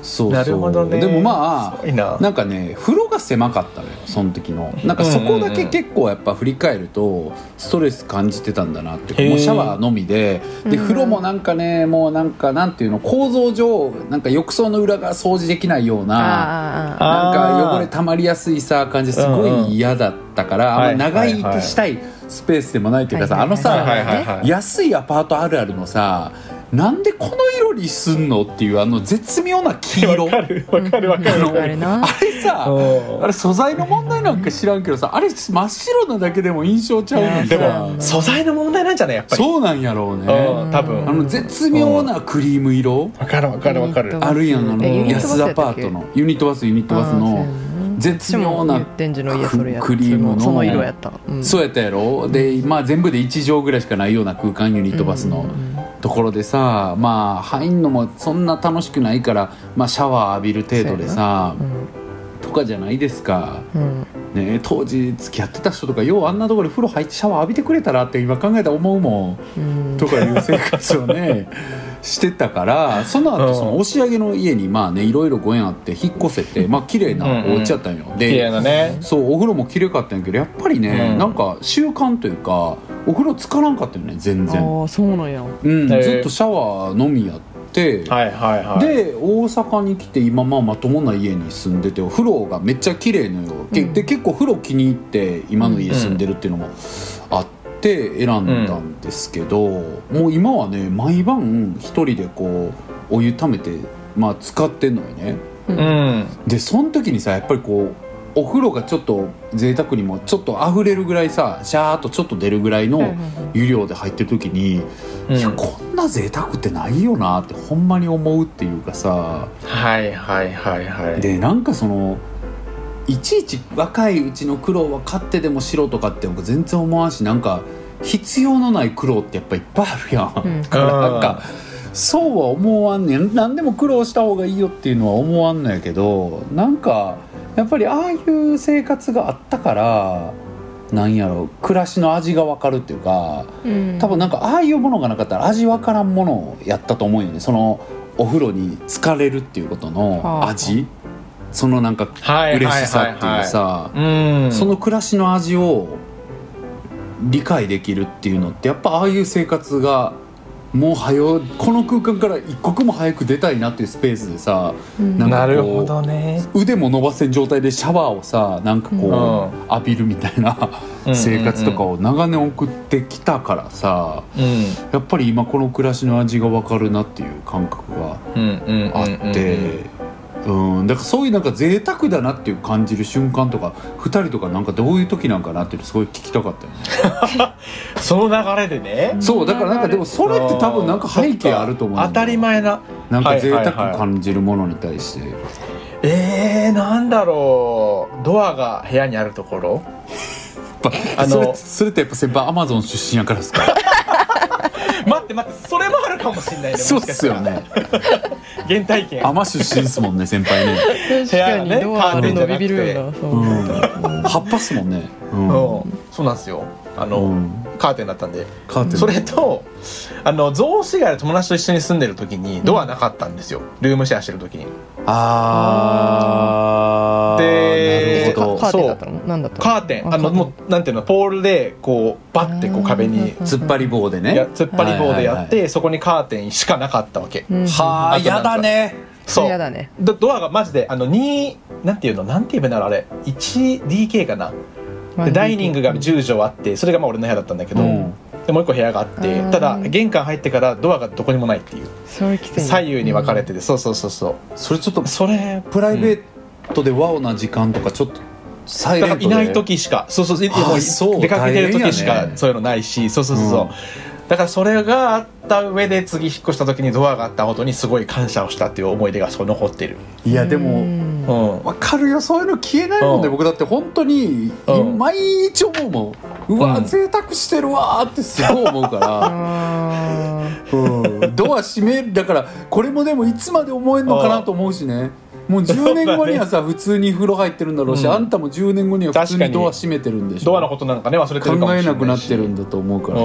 S3: そう
S2: なる
S3: そ
S2: ほど
S3: う
S2: ね
S3: で
S2: す
S3: もま
S2: ごいな
S3: あなんかね風呂が狭かったのよその時のなんかそこだけ結構やっぱ振り返るとストレス感じてたんだなって
S2: へー
S3: もうシャワーのみでで風呂もなんかねもうなんかなんていうの構造上なんか浴槽の裏が掃除できないような
S4: あーあーあー
S3: なん
S2: あー
S3: か汚れ溜まりやすいさ感じすごい嫌だったか
S2: うん
S3: ら、
S2: うん
S3: あんま長生きしたいスペースでもないというかさ、あのさ、
S4: はいはい
S2: はいはいはい
S3: 安いアパートあるあるのさなんでこの色にすんのっていうあの絶妙な黄色
S2: わかるわかるわかるわ
S4: あ
S2: か
S4: れ
S2: る
S4: な
S3: あれさ
S2: うん
S3: あれ素材の問題なんか知らんけどさあれ真っ白なだけでも印象ちゃうねん
S2: で
S3: さ
S2: も素材の問題なんじゃないやっぱり
S3: そうなんやろう
S2: う
S3: ね
S2: ん多
S3: あ
S2: 分
S3: の絶妙なクリーム色
S2: わかるわかるわかる
S4: うん
S3: あるやんあの
S4: えユニットバス
S3: 安
S4: や
S3: ア
S4: った
S3: パ
S4: っけ
S3: ートのユニットバスユニットバス
S4: あーそうや
S3: の
S4: んな
S3: 絶妙な
S4: うちも言ってんじの家それやった
S3: クリームの
S4: その色やった、うん
S3: そうやったやろで、まあ、全部で1畳ぐらいしかないような空間ユニットバスのところでさ、まあ入んのもそんな楽しくないから、まあ、シャワー浴びる程度でさ
S4: うん
S3: とかじゃないですか、
S4: うん
S3: ね、当時付き合ってた人とかようあんなところで風呂入ってシャワー浴びてくれたらって今考えたら思うも
S4: うん
S3: んとかいう生活をね してたからその
S2: う
S3: 後
S2: ん
S3: その押上の家にまあねいろいろご縁あって引っ越せてまあ綺麗なお家やったんよ。で
S2: 綺麗なね
S3: そうお風呂も綺麗かったんやけどやっぱりね、
S2: うん
S3: なんか習慣というかお風呂つからんかったよね全
S4: あ
S3: 然、
S4: ーそうなんや
S3: うん
S2: へー
S3: ずっとシャワーのみやって、
S2: はいはいはい
S3: で大阪に来て今まあまともな家に住んでてお風呂がめっちゃ綺麗なのよ、け
S4: うん
S3: で結構風呂気に入って今の家住んでるっていうのもあって選んだんですけど、もう今はね毎晩一人でこうお湯ためて、まあ、使ってんのよね。
S2: うん
S3: でその時にさやっぱりこうお風呂がちょっと贅沢にもちょっと溢れるぐらいさシャーっとちょっと出るぐらいの湯量で入ってる時
S2: う
S3: に、
S2: ん
S3: いやこんな贅沢ってないよなってほんまに思うっていうかさ
S2: はいはいはいはい
S3: でなんかそのいちいち若いうちの苦労は勝ってでもしろとかって僕全然思わんしなんか必要のない苦労ってやっぱいっぱいあるやん。
S4: うん
S3: だからなんかそうは思わんねん何でも苦労した方がいいよっていうのは思わんのやけどなんかやっぱりああいう生活があったからなんやろ暮らしの味が分かるっていうか多分なんかああいうものがなかったら味分からんものをやったと思うよねそのお風呂に浸かれるっていうことの味そのなんか
S2: はいはい
S3: 嬉
S2: はい
S3: しさっていう
S2: は
S3: さ
S2: いうん
S3: その暮らしの味を理解できるっていうのってやっぱああいう生活がもう早うこの空間から一刻も早く出たいなっていうスペースでさ、
S4: うん
S3: なん
S2: な
S3: か
S2: る
S3: こ
S2: ほ
S3: う
S2: どね
S3: 腕も伸ばせん状態でシャワーをさなんかこう、
S2: うん
S3: 浴びるみたいな
S2: うん
S3: 生活とかを長年送ってきたからさ
S2: うん
S3: やっぱり今この暮らしの味が分かるなっていう感覚が
S2: うんうんうん
S3: あって。うん、だからそういうなんか贅沢だなっていう感じる瞬間とか2人とかなんかどういう時なんかなっていうのすごい聞きたかったよね
S2: その流れでね
S3: そうだからなんかでもそれって多分なんか背景あると思うんだよ
S2: 当たり前な
S3: なんか贅
S2: はいはい
S3: 沢
S2: はい
S3: 感じるものに対して、
S2: えー、なんだろうドアが部屋にあるところ
S3: やっぱ
S2: あの
S3: それそれってやっぱ先輩アマゾン出身やからですか
S2: 待って待ってそれもあるかもしれないねも
S3: そう
S2: し
S3: っ
S2: かし
S3: す
S2: た
S3: よ
S2: ら
S3: ね
S2: 原体験
S3: アマ出身ですもんね先輩ね、、
S4: 確かにドアあるのビビるよなそう うん
S3: 葉っぱっすもんねう
S2: うん
S3: ん、
S2: そうなんですよあの、
S3: うん、
S2: カーテンだったんで
S3: カーテン
S2: それとあの雑司が友達と一緒に住んでる時にドアなかったんですよルームシェアしてる時に
S3: あー
S2: で
S4: え
S3: なるほ
S4: カ
S3: ど
S4: ーテンだったのなんだったの
S2: カーテンあの
S4: カーテン
S2: もうなんていうのポールでこうバッてこう壁に
S4: うん
S3: 突っ張り棒でね
S2: や突っ張り棒でやっ
S3: はいはい
S2: てそこにカーテンしかなかったわけ
S4: うん
S3: はあ
S2: あとな
S3: や
S2: んか
S3: だね
S4: そ
S2: そうう
S4: やだね
S2: ドドアがマジであの2なんていうのなんて言えばいいんだろうあれ 1DK かなでダイニングが10畳あってそれがまあ俺の部屋だったんだけど、
S3: うん
S2: でもう一個部屋があって
S4: うん
S2: ただ玄関入ってからドアがどこにもないっていう
S4: そういうきついね
S2: 左右に分かれててそうそうそうそ
S3: それちょっと
S2: うそれ
S3: プライベートでワオな時間とかちょっとサイ
S2: だ
S3: レ
S2: か
S3: ント
S2: ら
S3: で
S2: いない時しかそうそうい
S3: あー
S2: も
S3: そう
S2: う出かけてる時し
S3: 大変や
S2: か
S3: ね
S2: そういうのないしそうそうそうそう、
S3: うん
S2: だからそれがあった上で次引っ越した時にドアがあったことにすごい感謝をしたっていう思い出がそう残ってる
S3: いやで
S4: う
S3: も
S4: ん
S2: うん
S3: わかるよそういうの消えないもんね、
S2: うん
S3: 僕だって本当に、
S2: うん
S3: 毎日思うもんうわ、
S2: うん
S3: 贅沢してるわーってすごい思う か
S4: あー
S3: ら、うん、ドア閉めるだからこれもでもいつまで思えんのかなと思うしねもう10年後にはさ普通に風呂入ってるんだろうし、
S2: うん
S3: あんたも10年後には普通にドア閉めてるんでしょ
S2: ドアのことなんかね忘れてるかもしれ
S3: 考
S2: な
S3: え
S2: いし
S3: なくなってるんだと思うから、
S2: う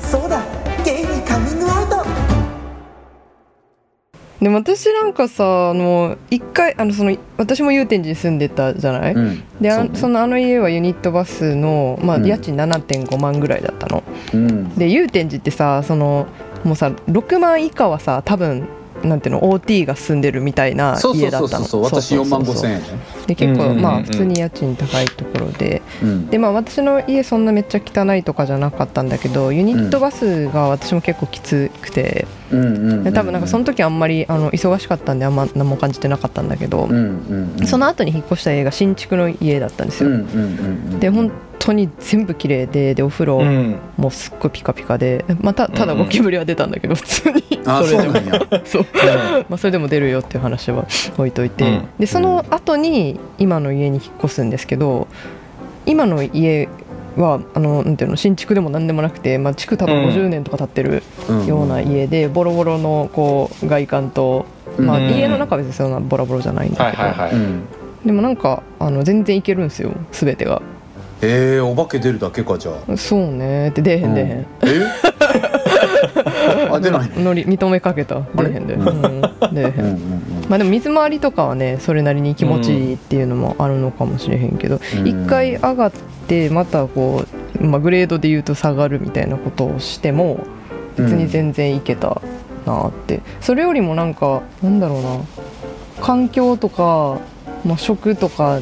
S5: そうだゲイにカミングアウト
S4: でも私なんかさあの一回あのその私も祐天寺に住んでたじゃない、
S3: うん
S4: であ
S3: う
S4: そ,、
S3: ね
S4: のあの家はユニットバスの、まあ、
S3: うん
S4: 家賃7.5万ぐらいだったの、
S3: うん
S4: で祐天寺ってさそのもうさ6万以下はさ多分なんていうの OT が住んでるみたいな
S3: そうそ
S4: 家
S3: う
S4: だ
S3: そ
S4: っ
S3: う
S4: た
S3: そう
S4: の
S3: そう私4万
S4: そ
S3: 5
S4: うそう
S3: 千
S4: そう
S3: 円ね
S4: で結
S2: うんうん
S4: 構
S2: うんうん
S4: まあ普通に家賃高いところで
S3: うん
S4: でまあ私の家そんなめっちゃ汚いとかじゃなかったんだけどユニットバスが私も結構きつくて、
S3: うんうんうんう
S4: で多分なんかその時あんまりあの忙しかったんであんま何も感じてなかったんだけど、
S3: うんうんうん
S4: その後に引っ越した家が新築の家だったんです
S3: う
S4: よ、
S3: んうんうんうん
S4: で本当に全部綺麗ででお風呂、
S2: んうん
S4: もうすっごいピカピカでまたただ
S2: うんうん
S4: ゴキブリは出たんだけど普通に
S3: あ
S4: そ
S3: そ
S4: れで
S3: うな
S4: も
S3: んや
S4: そうまあそれでも出るよっていう話は置いといて、
S2: うん
S4: でその後に今の家に引っ越すんですけど今の家はあのなんていうの新築でも何でもなくて、まあ、築多分50年とか経ってるような家で、ボロボロのこう外観と、まあ、
S2: うん
S4: 家の中は別にそんなボロボロじゃないんだ
S2: はい
S4: けど、
S2: はいはい、
S3: うん
S4: でもなんかあの全然いけるんですよ全てが
S3: えー、お化け出るだけかじゃあ、
S4: そうねって出えへん出えへん、
S3: え あ出ない
S4: のり認めかけた
S3: あ
S4: 出
S3: れ
S4: えへんで、
S3: う
S4: うん、出えへん
S3: うんうん
S4: まあでも水回りとかはねそれなりに気持ちいいっていうのもあるのかもしれへんけど
S3: うん
S4: 一、回上がってまたこう、まあ、グレードで言うと下がるみたいなことをしても別に全然いけたなって、それよりもなんかなんだろうな環境とか、まあ、食とか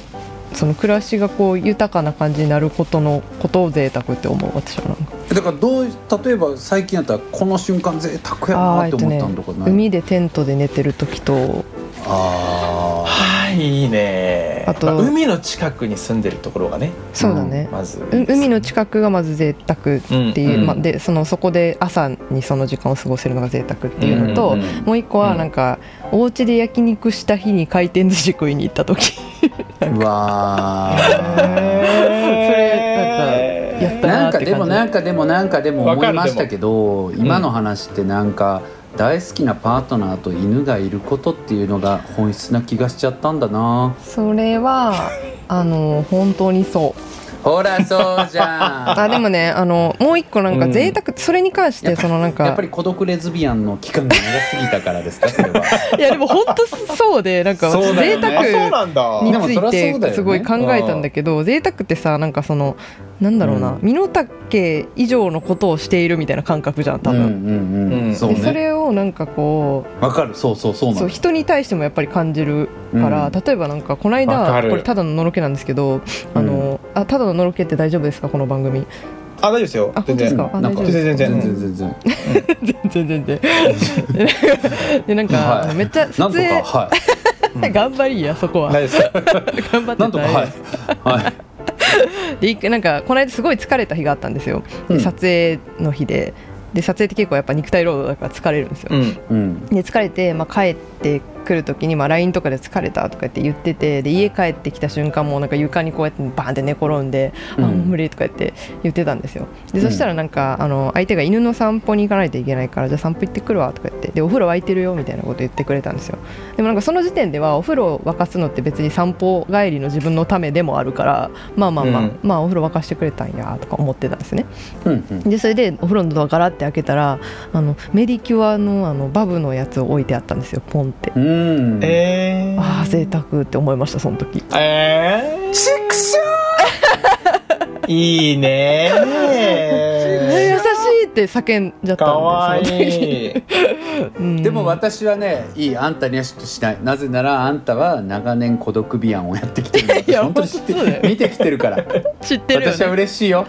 S4: その暮らしがこう豊かな感じになることのことを贅沢って思う私はなんか
S3: だからどう例えば最近やったらこの瞬間贅沢やなって思ったんとかない
S4: 海でテントで寝てる時と
S3: あ
S2: はいいいね
S4: あと
S2: ま海の近くに住んでるところがね
S4: そうだね、
S2: まずいいです
S4: う海の近くがまず贅沢っていう、
S2: うん
S4: まあ、でそのそこで朝にその時間を過ごせるのが贅沢っていうのと、
S3: うんうんうん
S4: もう一個はなんか、お家で焼肉した日に回転寿司食いに行った時
S3: あうわー
S4: れなんかやった
S3: なんかでもな
S4: なん
S3: かでもなんかでも
S2: わ
S3: 思
S2: か
S3: い
S2: る
S3: ましたけど今の話ってなんか大好きなパートナーと犬がいることっていうのが本質な気がしちゃったんだな
S4: それはあの本当にそ
S3: ほらそうじ ゃん
S4: あでもねあのもう一個なんか贅沢、それに関してそのなん
S3: やっ
S4: か
S3: ぱり孤独レズビアンの期間が長すぎたからですかそれはい
S4: やでも本当そうでなんか
S3: そうだよ
S4: 贅
S3: ね
S2: あそう
S4: 沢
S2: なんだ
S4: に
S3: でも
S4: つ
S3: そり
S4: い
S3: ゃそうだよ
S4: て
S3: ね
S4: すごい考えたんだけど、贅沢ってさなんかそのなんだろうな、
S3: うん
S4: 身の丈以上のことをしているみたいな感覚じゃん多
S3: うん
S4: 分、
S3: うんうん、
S2: うん
S3: そう
S4: でそ
S3: ね
S4: れをなんかこ
S3: わかるそうそうそう
S4: う
S3: な
S4: そ
S3: の
S4: う人に対してもやっぱり感じるから、
S3: うん
S4: 例えばなんかこの
S2: わか
S4: 間
S2: る
S4: これただののろけなんですけど、あのあただののろけって大丈夫ですかこの番組
S2: あ大丈夫ですよ
S4: あ
S2: 全
S4: です
S2: 然
S4: か
S3: うんなんか
S4: あ大丈夫
S3: 全然
S2: ですか
S3: 全然全然
S4: 全然全然 でなんか、
S3: はい
S4: あのめっちゃ
S3: な
S4: 撮
S3: んとか
S4: 影
S3: は
S4: 頑張りや そこは
S2: 大丈夫です
S4: 頑張っ
S3: い
S4: て
S3: なんとかはいはい
S4: でいなんかこの間すごい疲れた日があったんですよ、で
S3: うん
S4: 撮影の日でで撮影って結構やっぱ肉体労働だから疲れるんですよ、
S2: うん
S3: うん
S4: で疲れて、まあ、帰ってくる時に、まあ、LINE とかで疲れたとかって言っててで家帰ってきた瞬間もうなんか床にこうやってバーンって寝転んで、
S3: うん
S4: あもう無理とか言って言ってたんですよで
S3: うん
S4: そしたらなんか、あの相手が犬の散歩に行かないといけないからじゃあ散歩行ってくるわとか言ってでお風呂沸いてるよみたいなこと言ってくれたんですよでもなんかその時点ではお風呂沸かすのって別に散歩帰りの自分のためでもあるからまあまあまあ、
S2: うん
S4: まあお風呂沸かしてくれたんやとか思ってたんですね
S3: うんうん
S4: でそれでお風呂のドアガラって開けたらあのメディキュアのあのバブのやつを置いてあったんですよポンって、
S3: うん
S2: えー
S4: ああ贅沢って思いましたその時
S2: えー
S5: 畜生
S2: いいね
S4: 優
S2: ー
S4: しいって叫んじゃったんで
S2: かわい
S4: その時
S2: い
S4: うん
S3: でも私はねいいあんたには嫉妬しないなぜならあんたは長年孤独ビアンをやってきてるんだ
S4: いや
S3: 本当に知って
S4: 本当そうだよ
S3: 見てきてるから
S4: 知ってるよ
S3: 私は
S4: ね
S3: 嬉しい よ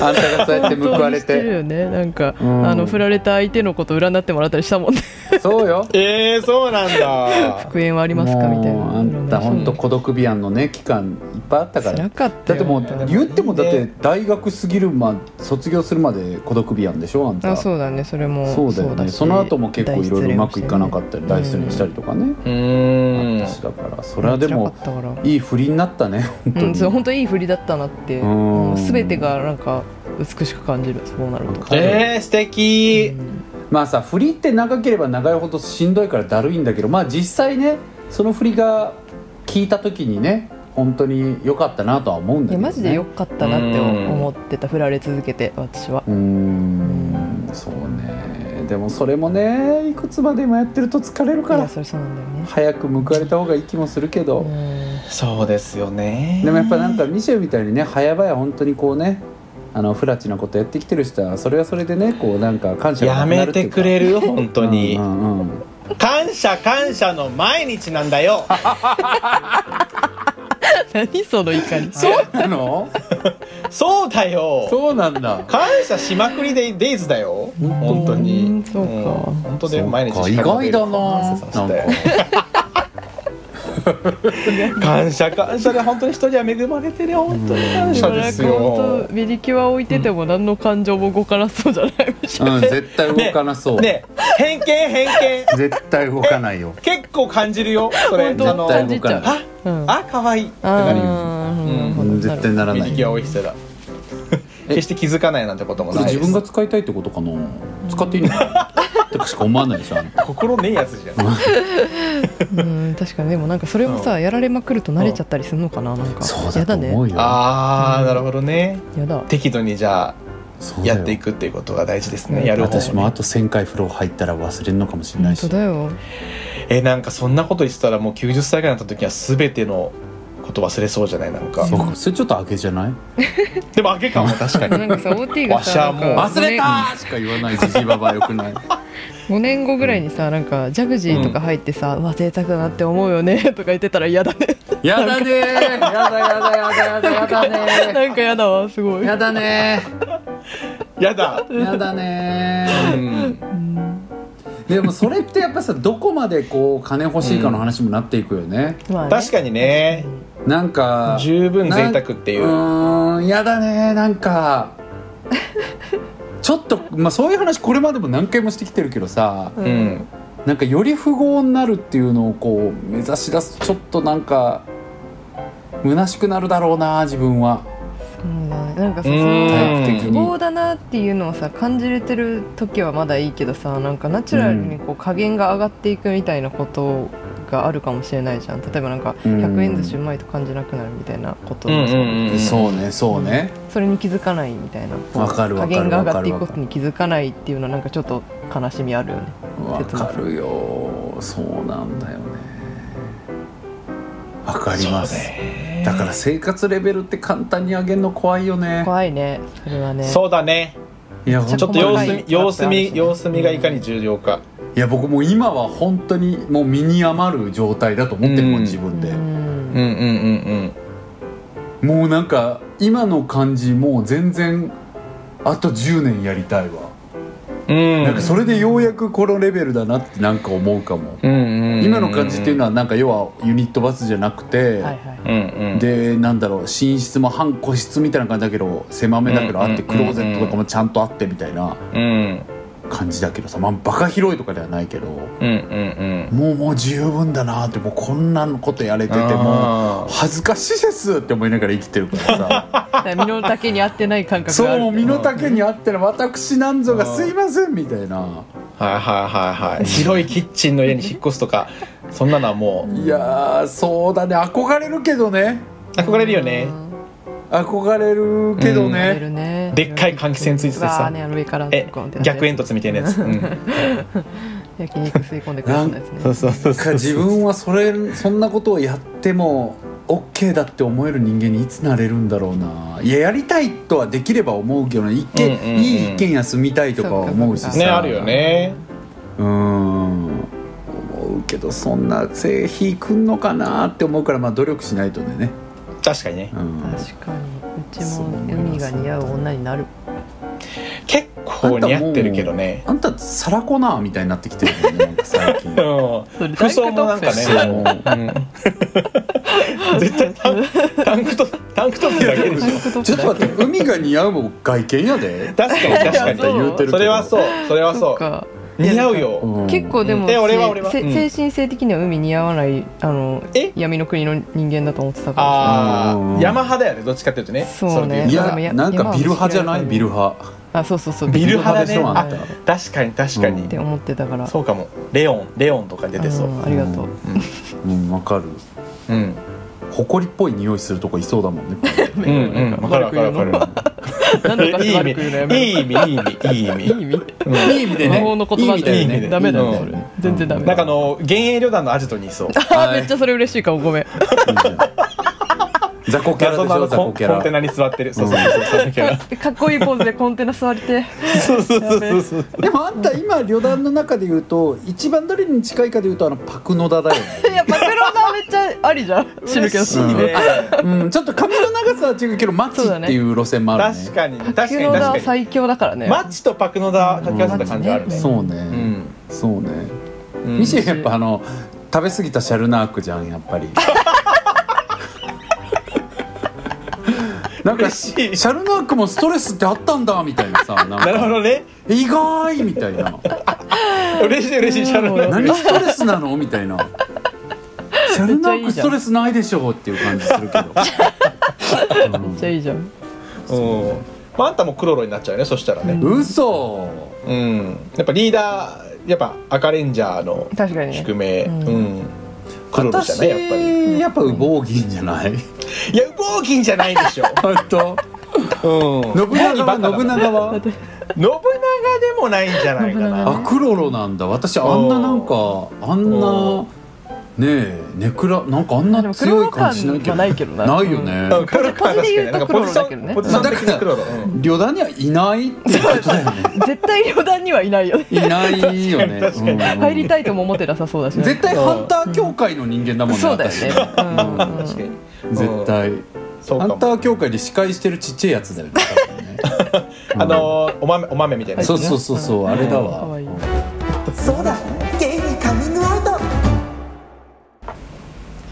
S3: あんたがそうやって報われ
S4: 知ってる
S3: て
S4: よねなんか、
S3: うん
S4: あの振られた相手のこと占ってもらったりした もんね
S3: そうよ
S2: えー、そうなんだ
S4: 復縁はありますかみたい
S3: もう
S4: な
S3: あんた本当
S4: うん
S3: 孤独ビアンのね期間いっぱいあったから
S4: 辛かった
S3: だっ
S4: よ
S3: てもう言ってもだっ
S2: いい
S3: て
S2: ね
S3: 大学すぎるま卒業するまで孤独ビアンでしょあんた
S4: あそうだねそれも
S3: そうだよね
S4: し
S3: その後も結構いろいろうまくいかなかったり大
S4: 失
S3: 失恋
S4: 恋を
S3: し
S4: したて
S3: りとかね
S2: う
S3: あ
S2: ー
S3: った
S2: ん
S3: しだからそ
S4: こ
S3: れはでもいい不倫になったね本当
S4: うん、
S3: に
S4: そう本当にいい振りだったなって
S3: うん
S4: もう全てがなんか美しく感じるそうなると
S3: わかる
S2: えー、素敵
S4: うん
S3: まあさ振りって長ければ長いほどしんどいからだるいんだけどまあ実際ねその振りが聞いた時にね本当に良かったなとは思うんだ
S4: い
S3: け
S4: や
S3: ど、ね、
S4: マジで良かったなって思ってた振られ続けて私は
S3: うーんそうねでもそれもねいくつまでもやってると疲れる
S4: い
S3: か
S4: や
S3: ら
S4: それそうなんだよね
S3: 早く報われた方がいい気もするけど、
S2: そうですよね
S3: でもやっぱなんかミシェルみたいにね早々本当にこうねあのフラチなことやってきてる人はそれはそれでねこうなんか感謝が
S2: や
S3: なくな
S2: め
S3: るってい
S2: て
S3: うか
S2: くれる本当に
S3: うんうんうん
S2: 感謝感謝の毎日なんだよ
S4: 何そ の怒り
S3: そうなの
S2: そうだよ
S3: そうなんだ
S2: 感謝しまくりでデイズだよ本当に
S4: うんそうか
S2: ん本当で毎日
S3: 意外だ
S2: 感
S3: な
S2: 謝
S3: な
S2: さ
S3: ん
S2: せて
S3: か
S2: 感謝感謝で本当に人には恵まれてるよ本当に感謝で
S4: なん
S2: す
S4: か本
S2: よ
S4: 当メディキュア置いてても何の感情も動かなそうじゃないみたい
S3: うん絶対動かなそう、
S2: ね偏見偏見
S3: 絶対動かないよ
S2: 結構感じるよそれ
S4: 本当
S2: あの
S4: 感じちゃう
S2: あ
S4: うん
S2: あ可愛いってなるよ
S4: あー
S2: う
S4: うんん
S3: 絶対ならない
S2: 右利きは多い人だ
S3: え
S2: 決して気づかないなんてこともないです
S3: 自分が使いたいってことかな使っていいのかなとかしか思わないでしょあんた
S2: 心ねえやつじゃん
S4: うん確かにでもなんかそれも
S2: う
S4: さやられまくると慣れちゃったりするのかななんか
S3: そう
S4: や
S3: だと
S4: だ
S3: 思
S4: ね
S3: うよ
S2: ああなるほどね
S4: やだ
S2: 適度にじゃあ
S3: そうだよ
S2: やっていくっていうことが大事ですね
S4: うん
S2: やる方
S3: 私も
S2: も
S3: あ
S2: ね
S3: と1000回風呂入ったら忘れるのかもしれな
S4: 本
S3: いし
S4: 当だよ
S2: えなんかそんなこと言ってたらもう90歳ぐらいになった時は全てのこと忘れそうじゃないなんか
S3: そうかそれちょっと上げじゃない
S2: でもあけかも確か
S4: な
S2: に
S4: んかさ OT がさ
S2: わしゃもう
S4: なん
S3: 忘
S4: か
S3: れたーしか言わないじじばばよくない
S4: 5年後ぐらいにさなんかジャグジーとか入ってさ「うわ贅沢だなって思うよね」 とか言ってたら嫌だね
S3: やだねーやだやだやだやだやだね
S4: なんか嫌だわすご
S3: ー
S4: い
S3: やだね
S2: やだ
S3: ーやだねー
S2: うん
S3: でもそれってやっぱさどこまでこう金欲しいかの話もなっていくよね、
S4: まあね
S2: 確かにね
S3: なんか
S2: 十分贅沢っていう
S3: うーんやだねなんかちょっと、まあ、そういう話これまでも何回もしてきてるけどさ
S4: う
S2: うんん
S3: なんかより富豪になるっていうのをこう目指し出すとちょっとなんか虚しくなるだろうな自分は
S4: そうだねなんかさ
S2: う
S4: そ
S2: ん
S4: の
S3: タイプ的
S4: 希
S3: に
S4: 望だなっていうのをさ感じれてる時はまだいいけどさなんかナチュラルにこう加減が上がっていくみたいなことがあるかもしれないじゃん例えばなんか
S3: うん
S4: 100円寿司うまいと感じなくなるみたいなこと
S2: うん
S4: も
S2: う
S4: そうん
S2: うん
S3: そうねそうね、
S4: それに気づかないみたいな
S3: わかるわか
S4: 加
S3: る
S4: 減が上がっていく
S3: わか
S4: こ
S3: る
S4: とに気づかないっていうのはなんかちょっと悲しみあるよね
S3: わかるよそうなんだよねわかります、だから生活レベルって簡単に上げるの怖いよね
S4: 怖いねそれはね
S2: そうだね
S3: いや
S4: めっ
S3: 本
S4: ち
S2: ち
S3: 当
S4: ゃ
S2: ょっと様
S4: 細
S2: 子
S4: かい
S2: 見様子見
S4: うん
S2: 様子見がいかに重要か
S3: いや僕もう今は本当にもう身に余る状態だと思ってるもん、
S2: うん
S3: 自分で、
S4: ん
S2: うんうんうん
S3: もうなんか今の感じもう全然あと10年やりたいわ、
S2: うん
S3: なんかそれでようやくこのレベルだなってなんか思うかも、
S2: うんうんうん
S3: 今の感じっていうのはなんか要はユニットバスじゃなくて、
S4: はいはい
S2: うんうん
S3: でなんだろう寝室も半個室みたいな感じだけど狭めだけどあって
S2: うん
S3: クローゼットとかもちゃんとあってみたいな
S2: うん
S3: 感じだけどさまあバカ広いとかではないけど
S2: うんうん
S3: もうもう十分だなってもうこんなことやれてても
S2: あー
S3: 恥ずかしいですって思いながら生きてるから さ
S4: だから身の丈に合ってない感覚があ
S3: そう
S4: る
S3: 身の丈に合ってる私なんぞがすいませんみたいな
S2: はいはいはいはい広いキッチンの家に引っ越すとかそんなのはも
S3: いやーそうだね憧れるけどね
S2: う憧れるよね
S3: 憧れるけど
S4: ね
S3: ね、
S4: るね
S2: でっかい換気扇ついててさ
S4: わあねあの上から
S2: え
S4: ゴンってなって
S2: 逆煙突みたいなやつ、うん、
S4: 焼肉吸い込んでくるようなやつね
S2: そうそうそう
S3: なんか自分はそれそんなことをやっても OK だって思える人間にいつなれるんだろうないややりたいとはできれば思うけどね一軒、
S2: うんうんうん
S3: いい一軒家住みたいとかは思うし
S4: そう
S3: さ
S4: かそう
S2: ね
S4: か
S2: あるよね
S3: うーん思うけどそんな製品くんのかなって思うからまあ努力しないとでね、
S2: 確かにね
S3: うん、
S4: 確かにうち
S3: そう
S4: も
S3: 思います
S4: 海が似合う女になる
S2: 結構似合ってるけどね
S3: あんたサラコナーみたいになってきてるよねなんか最近
S2: う。ん
S4: それ
S2: 服装もなんかね
S3: そうもう
S2: うん絶対タンタンクトタンクトップだけでし ょ
S3: ちょっと待って海が似合うも外見やで
S2: 確かに確
S3: あ
S2: か
S3: ん
S2: に
S3: た言うてるけど
S2: それはそうそれは
S4: そ
S2: そ
S4: っか
S2: う似合うよ
S3: うん
S4: 結構でも
S2: え俺は
S4: せ
S2: 俺は
S4: せ
S2: うん
S4: 精神性的には海似合わないあの
S2: え
S4: 闇の国の人間だと思ってたか
S2: あ
S3: うん
S2: あヤマハだよねどっちかっていうとね
S4: そうね
S2: れで言
S3: い
S2: と
S4: でも
S3: や
S4: や
S3: なんかビル派じゃない
S4: 山は好きだよね
S3: ビル派
S4: らあそうそうそう
S2: ビル
S4: 派
S2: 派
S3: ビル
S2: だ
S3: 派
S2: ね
S3: でしょあんた
S2: あ確かに確か
S3: う
S2: に
S4: って思ってたから
S2: そうかもレオンレオンとか出てそう
S4: うんありがとう
S3: うんわかる
S2: うん
S3: 埃っぽい匂いするとこいそうだもんね
S2: うんうんわかるわかるわかる
S4: 何度か
S2: いい
S4: して
S2: 意
S4: 悪く言うのや
S2: 味
S4: め
S2: いい意味いい意味いい意
S4: ろい
S2: 味
S4: い意味
S2: うん
S3: いい意味で
S4: 魔
S3: ね
S4: 法の言葉だ
S2: いい
S4: よ
S2: 意味
S4: ね
S2: で
S4: ダメだよね
S2: う
S4: そ
S2: ん
S4: れ全然ダメ
S2: なんかあの幻影旅団のアジトにいそう
S4: あーめっちゃそれ嬉しいかもごめん
S3: 雑魚キャラで
S2: 謎
S3: しょ
S2: の
S3: 雑
S2: コ
S3: 魚
S2: ン
S3: キ
S2: コ
S3: ャ
S2: ンテ
S3: ラ
S2: ナに座ってるそうそうそうそうそうそう
S4: かっこいいポーズでコ ンテナ座りて
S2: そうそうそうそう
S3: でもあんた今旅団の中で言うと一番どれに近いかで言うとあのパクノダだよね
S4: いやパクローダめっちゃありじゃん死ぬけ
S2: 嬉
S4: ど
S2: しいね
S3: うんちょっと髪の長さは違うけどマッチっていう路線もあるね
S2: 確かに確か
S4: パ
S2: に
S4: クローダは
S2: 確かに
S4: 最強だからね
S2: マッチとパクノダ掛け合わせた感じあるね
S3: そう
S2: う
S3: ね
S2: ん
S3: そうね
S2: うん
S3: ミシェルやっぱあの食べ過ぎたシャルナークじゃんやっぱりなんかシ
S2: 嬉しい
S3: ャルナークもストレスってあったんだみたいなさなんか
S2: なるほどね
S3: 意外みたいな
S2: 嬉しい嬉しいシャルナ
S3: 何ストレスなのみたいなシャルナークストレスないでしょうっていう感じするけど
S4: めっちゃいいじゃん
S2: うんまああんたもクロロになっちゃうよねそしたらね
S3: 嘘
S2: うんやっぱリーダーやっぱ赤レンジャーの
S4: 確かにね
S2: 宿命
S4: うん
S2: うんクロロじゃ
S3: 私
S2: ないやっぱり
S3: やっぱ羽毛銀じゃない
S2: いや羽毛銀じゃないでしょ
S3: 本当
S2: うん
S3: 信長
S2: バカだ
S3: は
S2: な
S3: 信長は
S2: 信長でもないんじゃないか
S4: 信長
S2: な
S3: あクロロなんだ私あんななんかあんな
S2: お
S3: ねえネクラなんかあん
S4: あ
S3: な
S4: でもク
S3: 強
S4: ロロ
S3: い感じしないけど
S4: 感はないけどな
S3: ないよね、
S2: うんクロロは確かになんかポジシ
S4: ポジで言うと
S2: ョンポ
S4: クロロだけどね
S2: ジション的にクロロうん
S3: 旅団にはいないっていうことだよね
S4: 絶対旅団にはいないよね
S3: いないよね
S2: 確かに確
S3: うん
S4: 入りたいとも思ってなさそうだしね
S3: 絶対ハンター協会の人間だもんね
S4: そうだよ
S3: 私
S4: ねうん
S3: う
S2: 確
S3: ん
S2: かに
S3: 絶対
S2: そう
S3: ハ
S2: かも
S3: ンター協会で司会してるちっちゃいやつだよね多分ね
S2: あのーお豆お豆みたいなやつ
S3: そうそうそうそうあれだ
S4: か
S3: わ
S4: わいい
S5: そうだゲイにカミングアウト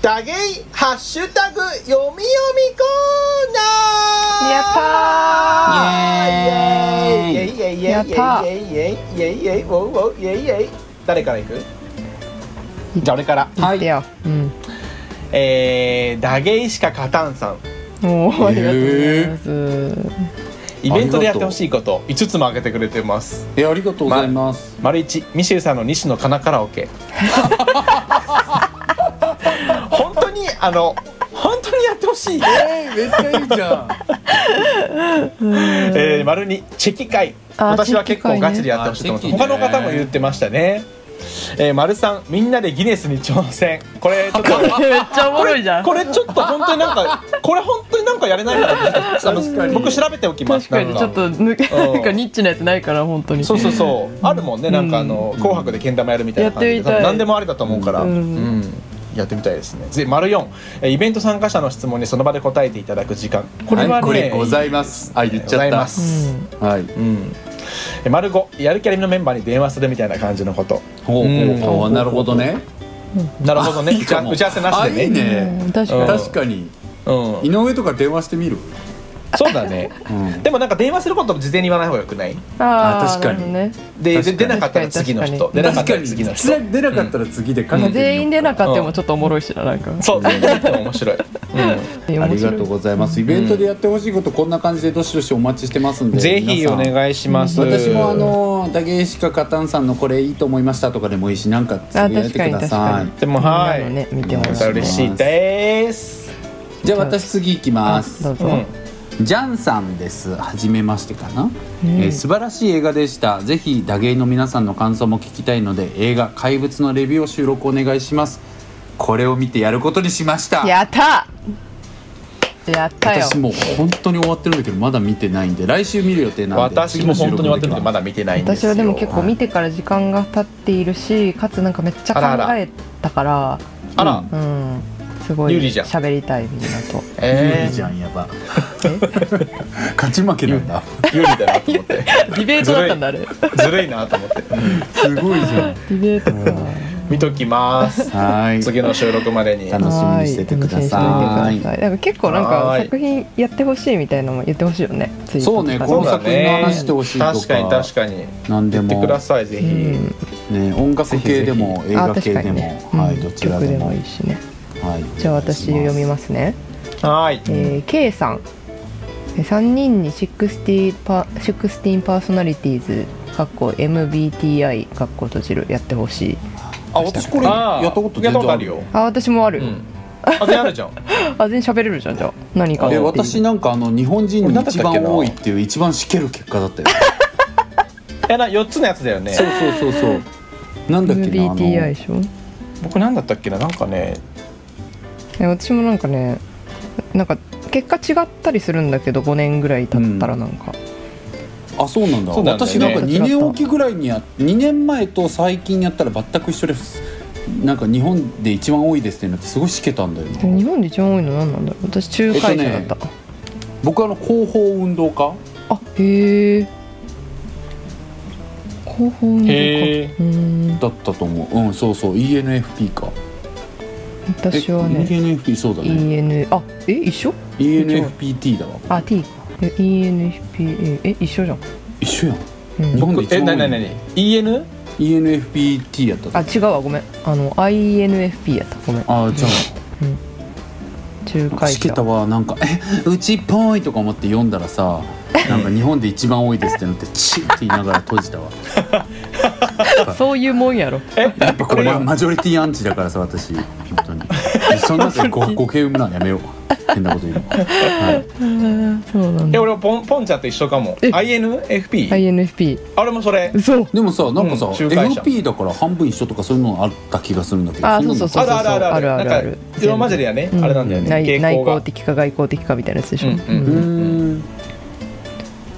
S2: ダゲイハッシュタグ読み読みコーナー
S4: や
S2: った
S3: ーイ
S2: イ
S3: エ
S2: エ
S3: ー
S2: イイエイイエイイエイイ
S4: やった
S2: エイイエイイエイイエイウォウウォウイエイイエイ誰から行くじゃあ俺から
S4: はいいやうん
S2: えー、ダゲイしか勝たんさん
S4: もうありがとうございます
S2: イベントでやってほしいこと5つも挙げてくれてます
S3: えありがとうございます
S2: 丸一ミシェルさんの西野カナカラオケ本当にあの本当にやってほしい、
S3: えー、めっちゃいいじゃん
S2: えー、丸にチェキ会
S4: あー
S2: 私は結構ガチでやってほしいと思ってます、
S3: チェキ
S2: 他
S3: ね
S2: の方も言ってましたね、えー、丸さんみんなでギネスに挑戦これちょっと
S4: めっちゃおもろいじゃ ん
S2: これちょっと本当になんかこれ本当になんかやれないのかなあ
S3: 確か
S2: の
S3: に
S2: 僕調べておきます
S4: 確かにちょっと抜け
S2: うん
S4: なんかニッチなやつないから本当に
S2: そうそうそうあるもんねなんかあの「
S3: うん
S2: 紅白」でけん玉やるみたいな感
S4: や
S2: じ
S4: ってみた
S2: で
S4: い
S2: 何でもありだと思うから、
S4: うん
S2: うんやってみたいですねで丸4えイベント参加者の質問にその場で答えていただく時間これはね、
S3: はいこれござ
S2: い
S3: いますあ言っ
S2: ご
S3: ち
S2: ざ
S3: ゃっ
S2: いま
S3: た
S4: う
S2: す、
S4: ん
S3: はい
S2: うんえ丸5やる気ありみのメンバーに電話するみたいな感じのこと
S3: ほうほうほう
S2: うん
S3: なるほどね
S2: なるほどね
S3: いいかも
S2: 打ち合わせなしでね
S3: あいい
S4: うん
S3: ね
S4: 確かに
S2: うん
S3: 確かに
S2: うん
S3: 井上とか電話してみる、
S2: そうだね
S3: うん、
S2: でもなんか電話することも事前に言わない方がよくない
S4: あ
S3: あ
S4: あ
S3: 確かに
S4: ね
S2: でで
S3: 確かに
S2: 出なかったら次の人
S4: 確
S2: 出なか
S3: 確
S2: った
S3: からに
S2: 次の人
S3: 出なかったら次で考えてみようか
S4: 全員出なかったもちょっとおもろいしななんか
S2: そう全然でも面白い、う
S4: 面白い
S3: ありがとうございますイベントでやってほしいことこんな感じでどしどしお待ちしてます んで
S2: ん、ぜひお
S3: い
S2: 願いします
S3: 私もあの「ダゲーシカカタンさんのこれいいと思いました」とかでもいいしなんかつぶやいてくださ
S4: あ確かに確かに
S3: い
S2: でもはい、
S4: みんなのね見てもら
S2: ま
S4: う
S2: た嬉しいです。
S3: じゃあ私次行きます
S4: どう
S2: う
S4: ぞ、
S2: ん、
S3: ジャンさんです。はじめましてかな、
S4: ん
S3: えー素晴らしい映画でした。ぜひダゲイの皆さんの感想も聞きたいので、映画怪物のレビューを収録お願いします。これを見てやることにしました。
S4: やったやったよ
S3: 私もう本当に終わってるんだけどまだ見てないんで来週見る予定なんで
S2: 私も本当に終わってるけどま
S3: だ
S2: だ見てないんです
S4: 私
S2: よ。
S4: はでも結構見てから時間が経っているしかつなんかめっちゃ
S2: あらあ
S4: 考
S2: ら
S4: えたから
S2: あら、
S4: うんすごい
S2: 有利じゃん
S4: 喋りたいみんなと
S3: 有
S2: え
S3: 利
S2: え
S3: じゃんやば勝ち負けなんだ
S2: ー、有利だなと思って、
S4: ディベートだったんだあれデ
S2: ずるいなと思って、
S3: すごいじゃん
S4: ィベートか
S2: 見ときます。
S3: はい
S2: 次の収録までに。
S3: 楽しみにしててくだ
S4: は
S3: さ
S4: ー
S3: い
S4: 楽しみにしててくださいなんか結構なん
S2: は
S4: か
S2: ーい
S4: 作品やってほしいみたいなのも言ってほしいよねツイー
S3: そ
S4: ト
S3: う
S4: とか
S3: ね
S4: で
S3: この作品の話してほしいとか
S2: 確かに確かに。
S3: 何で
S2: 言って
S3: も
S2: くださいぜひ。
S4: うん
S3: ね音楽系でも映
S4: あ
S3: 画
S4: 確
S3: 系
S4: か
S3: で
S4: に
S3: も、
S4: ね
S3: は
S4: う
S3: い
S4: ん
S3: どちらで
S4: 曲で
S3: も
S4: もいいしね
S3: はい
S4: じゃあ私読みますね
S2: はい。
S4: えー K さんえー3人に60パ16パーソナリティーズかっこ MBTI かっこ閉じるやってほしい
S3: あ私これやったこと全
S2: やったこ
S3: 然
S2: と
S3: あ
S2: あ
S3: る
S2: る
S3: よ
S2: よ。
S4: あ私もある、
S2: うん。あ、全然ある じゃん。
S4: あ全然喋れるじゃんじゃあ何か
S2: あ
S4: って
S3: で
S4: いう
S3: 私なんかあの日本人に一番多いっていう一番しける結果だったよ
S2: え、な、四つのやつだよね。
S3: そうそうそうそうなんだっけなあの
S4: MBTI でしょ
S2: 僕なんだったっけな、なんかね。
S4: え私もなんかねなんか結果違ったりするんだけど5年ぐらい経ったらなんか、
S3: あそうなんだ
S2: そうなんだよ
S3: 私
S2: ね
S3: なんか2年おきぐらいにや2年前と最近やったら全く一緒ですなんか日本で一番多いですっていうのってすごいしけたんだよ
S4: でも日
S3: な
S4: 本で一番多いの何なんだろう私仲介者だった、
S3: 僕あの広報運動家
S4: あへえ広報運動か
S2: へえ
S4: うーん
S3: だったと思ううんそうそう ENFP かえ
S4: 私はね
S3: ENFP そうだね
S4: EN あえ一緒
S3: ENFPT だわ
S4: あ T え ENFP え一緒じゃん、
S3: 一緒やん
S4: うん
S3: 日本で一
S2: え、
S3: 番多
S2: ないになになに。E. N.。
S3: ENFPT やったと
S4: あ違うわごめんあの INFP やったごめん
S3: あじゃあ
S4: 仲介
S3: しけ
S4: 者
S3: たはなんか「えうちっぽい」とか思って読んだらさなんか日本で一番多いですってなってチッって言いながら閉じたわ
S4: そういうもんやろ
S2: え、
S3: やっぱこれマジョリティアンチだからさ私本当にそんなでごご敬むなやめよう変なこと言うの、はい、
S4: そうなん
S2: え、
S4: だ
S2: 俺ポン、ポンちゃんと一緒かも。
S4: え
S2: I. N. F. P.。
S4: INFP
S2: あれもそれ。
S4: 嘘
S3: でもさなんかさ、
S2: うん仲介者
S3: FP だから半分一緒とかそういうのあった気がするんだけど
S4: あ
S3: んなの
S4: そうそう
S2: あるあるある
S4: あるあるある
S2: なんか色混ぜでやね、
S4: うん
S2: あれなんだよね、
S4: 内
S2: 傾
S4: 内
S2: 向が
S4: 向的か外向的かみたいなやつでしょ、
S2: うんうん
S3: う
S4: うん
S3: ーん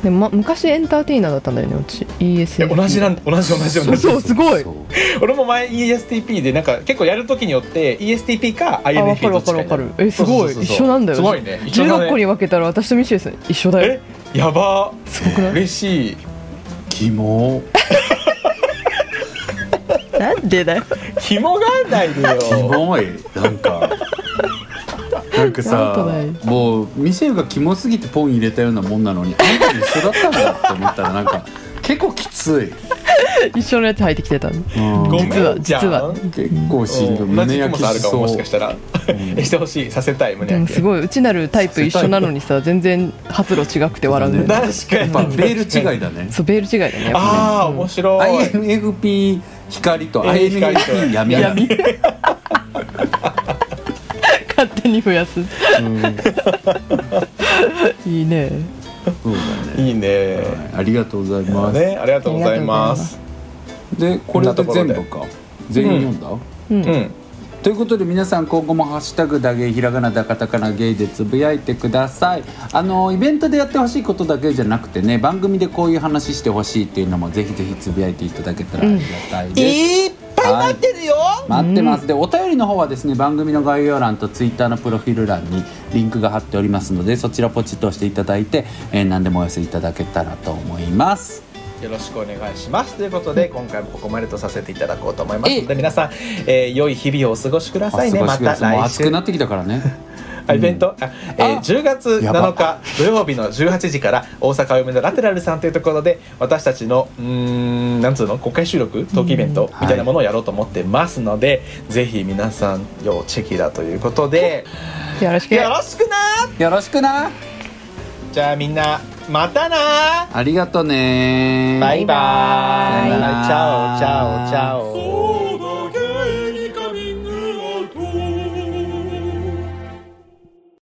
S4: でも、ま、昔エンターテイナーだったんだよね私 ESF
S2: え同じなん同じ同じ同じ
S4: そうすごい
S3: そう
S2: 俺も前 ESTP でなんか結構やるときによって ESTP か
S4: あ分か
S2: INFP
S4: る
S2: どっ
S4: 分
S2: ち
S4: か
S2: か
S4: る
S2: にな
S4: 分か
S2: る
S4: るえすごい
S3: そうそうそうそう
S4: 一緒なんだよ
S2: すごいね一緒だね
S4: 16個に分けたら私とミシェルさん一緒だよ
S2: えやばー
S4: すごくない
S2: 嬉しい
S3: キモ
S4: なんでだよ
S2: 紐があんないで
S3: キ
S2: よ
S3: モいなんかなんか
S4: なんと
S3: さ
S4: ない
S3: もうミシェルがキモすぎてポン入れたようなもんなのにあんた一緒だったんだって思ったらなんか結構きつい、
S4: 一緒のやつ入ってきてたの
S3: うん
S2: ごめん
S4: 実は
S2: じゃん
S4: 実は
S3: 結構しんど
S2: 同
S3: い胸
S2: じ
S3: 焼
S2: 雲
S3: き
S2: さある
S3: し
S2: か
S3: そ
S2: も
S3: う
S2: もしかしたらしてほしいさせたい胸
S4: でも
S2: 焼け
S4: すごいうちなるタイプ一緒なのにさ全然発露違くて笑う
S3: そう
S4: ね
S3: だ
S2: 確か
S3: やっ
S2: に
S3: ぱベール違いだね
S4: そうベール違いだねやっぱ
S2: ああ面白い
S3: INFP 光と
S2: えー光と
S3: INFP 闇
S2: 闇
S3: 闇
S4: 手に増やす いいね
S3: そうだね、
S2: いいね。
S3: はい、ありがとうございます、
S2: ね、ありがとうございます。
S3: でこれで全部か全員読んだ、
S4: う
S2: うんん。
S3: ということで皆さん今後も「ハッシュタグだげひらがなだカタカナゲイ」でつぶやいてくださいあのイベントでやってほしいことだけじゃなくてね番組でこういう話してほしいっていうのもぜひぜひつぶやいていただけたらありがたいです、
S5: いっぱい待ってるよ、
S3: 待ってますでお便りの方はですね番組の概要欄とツイッターのプロフィール欄にリンクが貼っておりますのでそちらポチッと押していただいて、えー何でもお寄せいただけたらと思います
S2: よろしくお願いしますということで今回もここまでとさせていただこうと思いますので皆さん、えー良い日々をお過ごしくださいね
S3: あ
S2: ま
S3: 素晴ら
S2: た
S3: しいもう
S2: 来
S3: 暑く
S2: 週
S3: なってきたからね
S2: あイベント、あえー
S3: あ
S2: 10月
S3: やば
S2: 7日土曜日の18時から大阪嫁のラテラルさんというところで私たちのうーんなんつうの公開収録トークイベントみたいなものをやろうと思ってますので、ぜひ皆さん要チェキだということで
S4: よろしく
S2: よろしくな
S3: よろしくな
S2: じゃあみんなまたな
S3: ありがとね
S2: バイバイ
S3: さよなら
S2: チャオチャオチャオ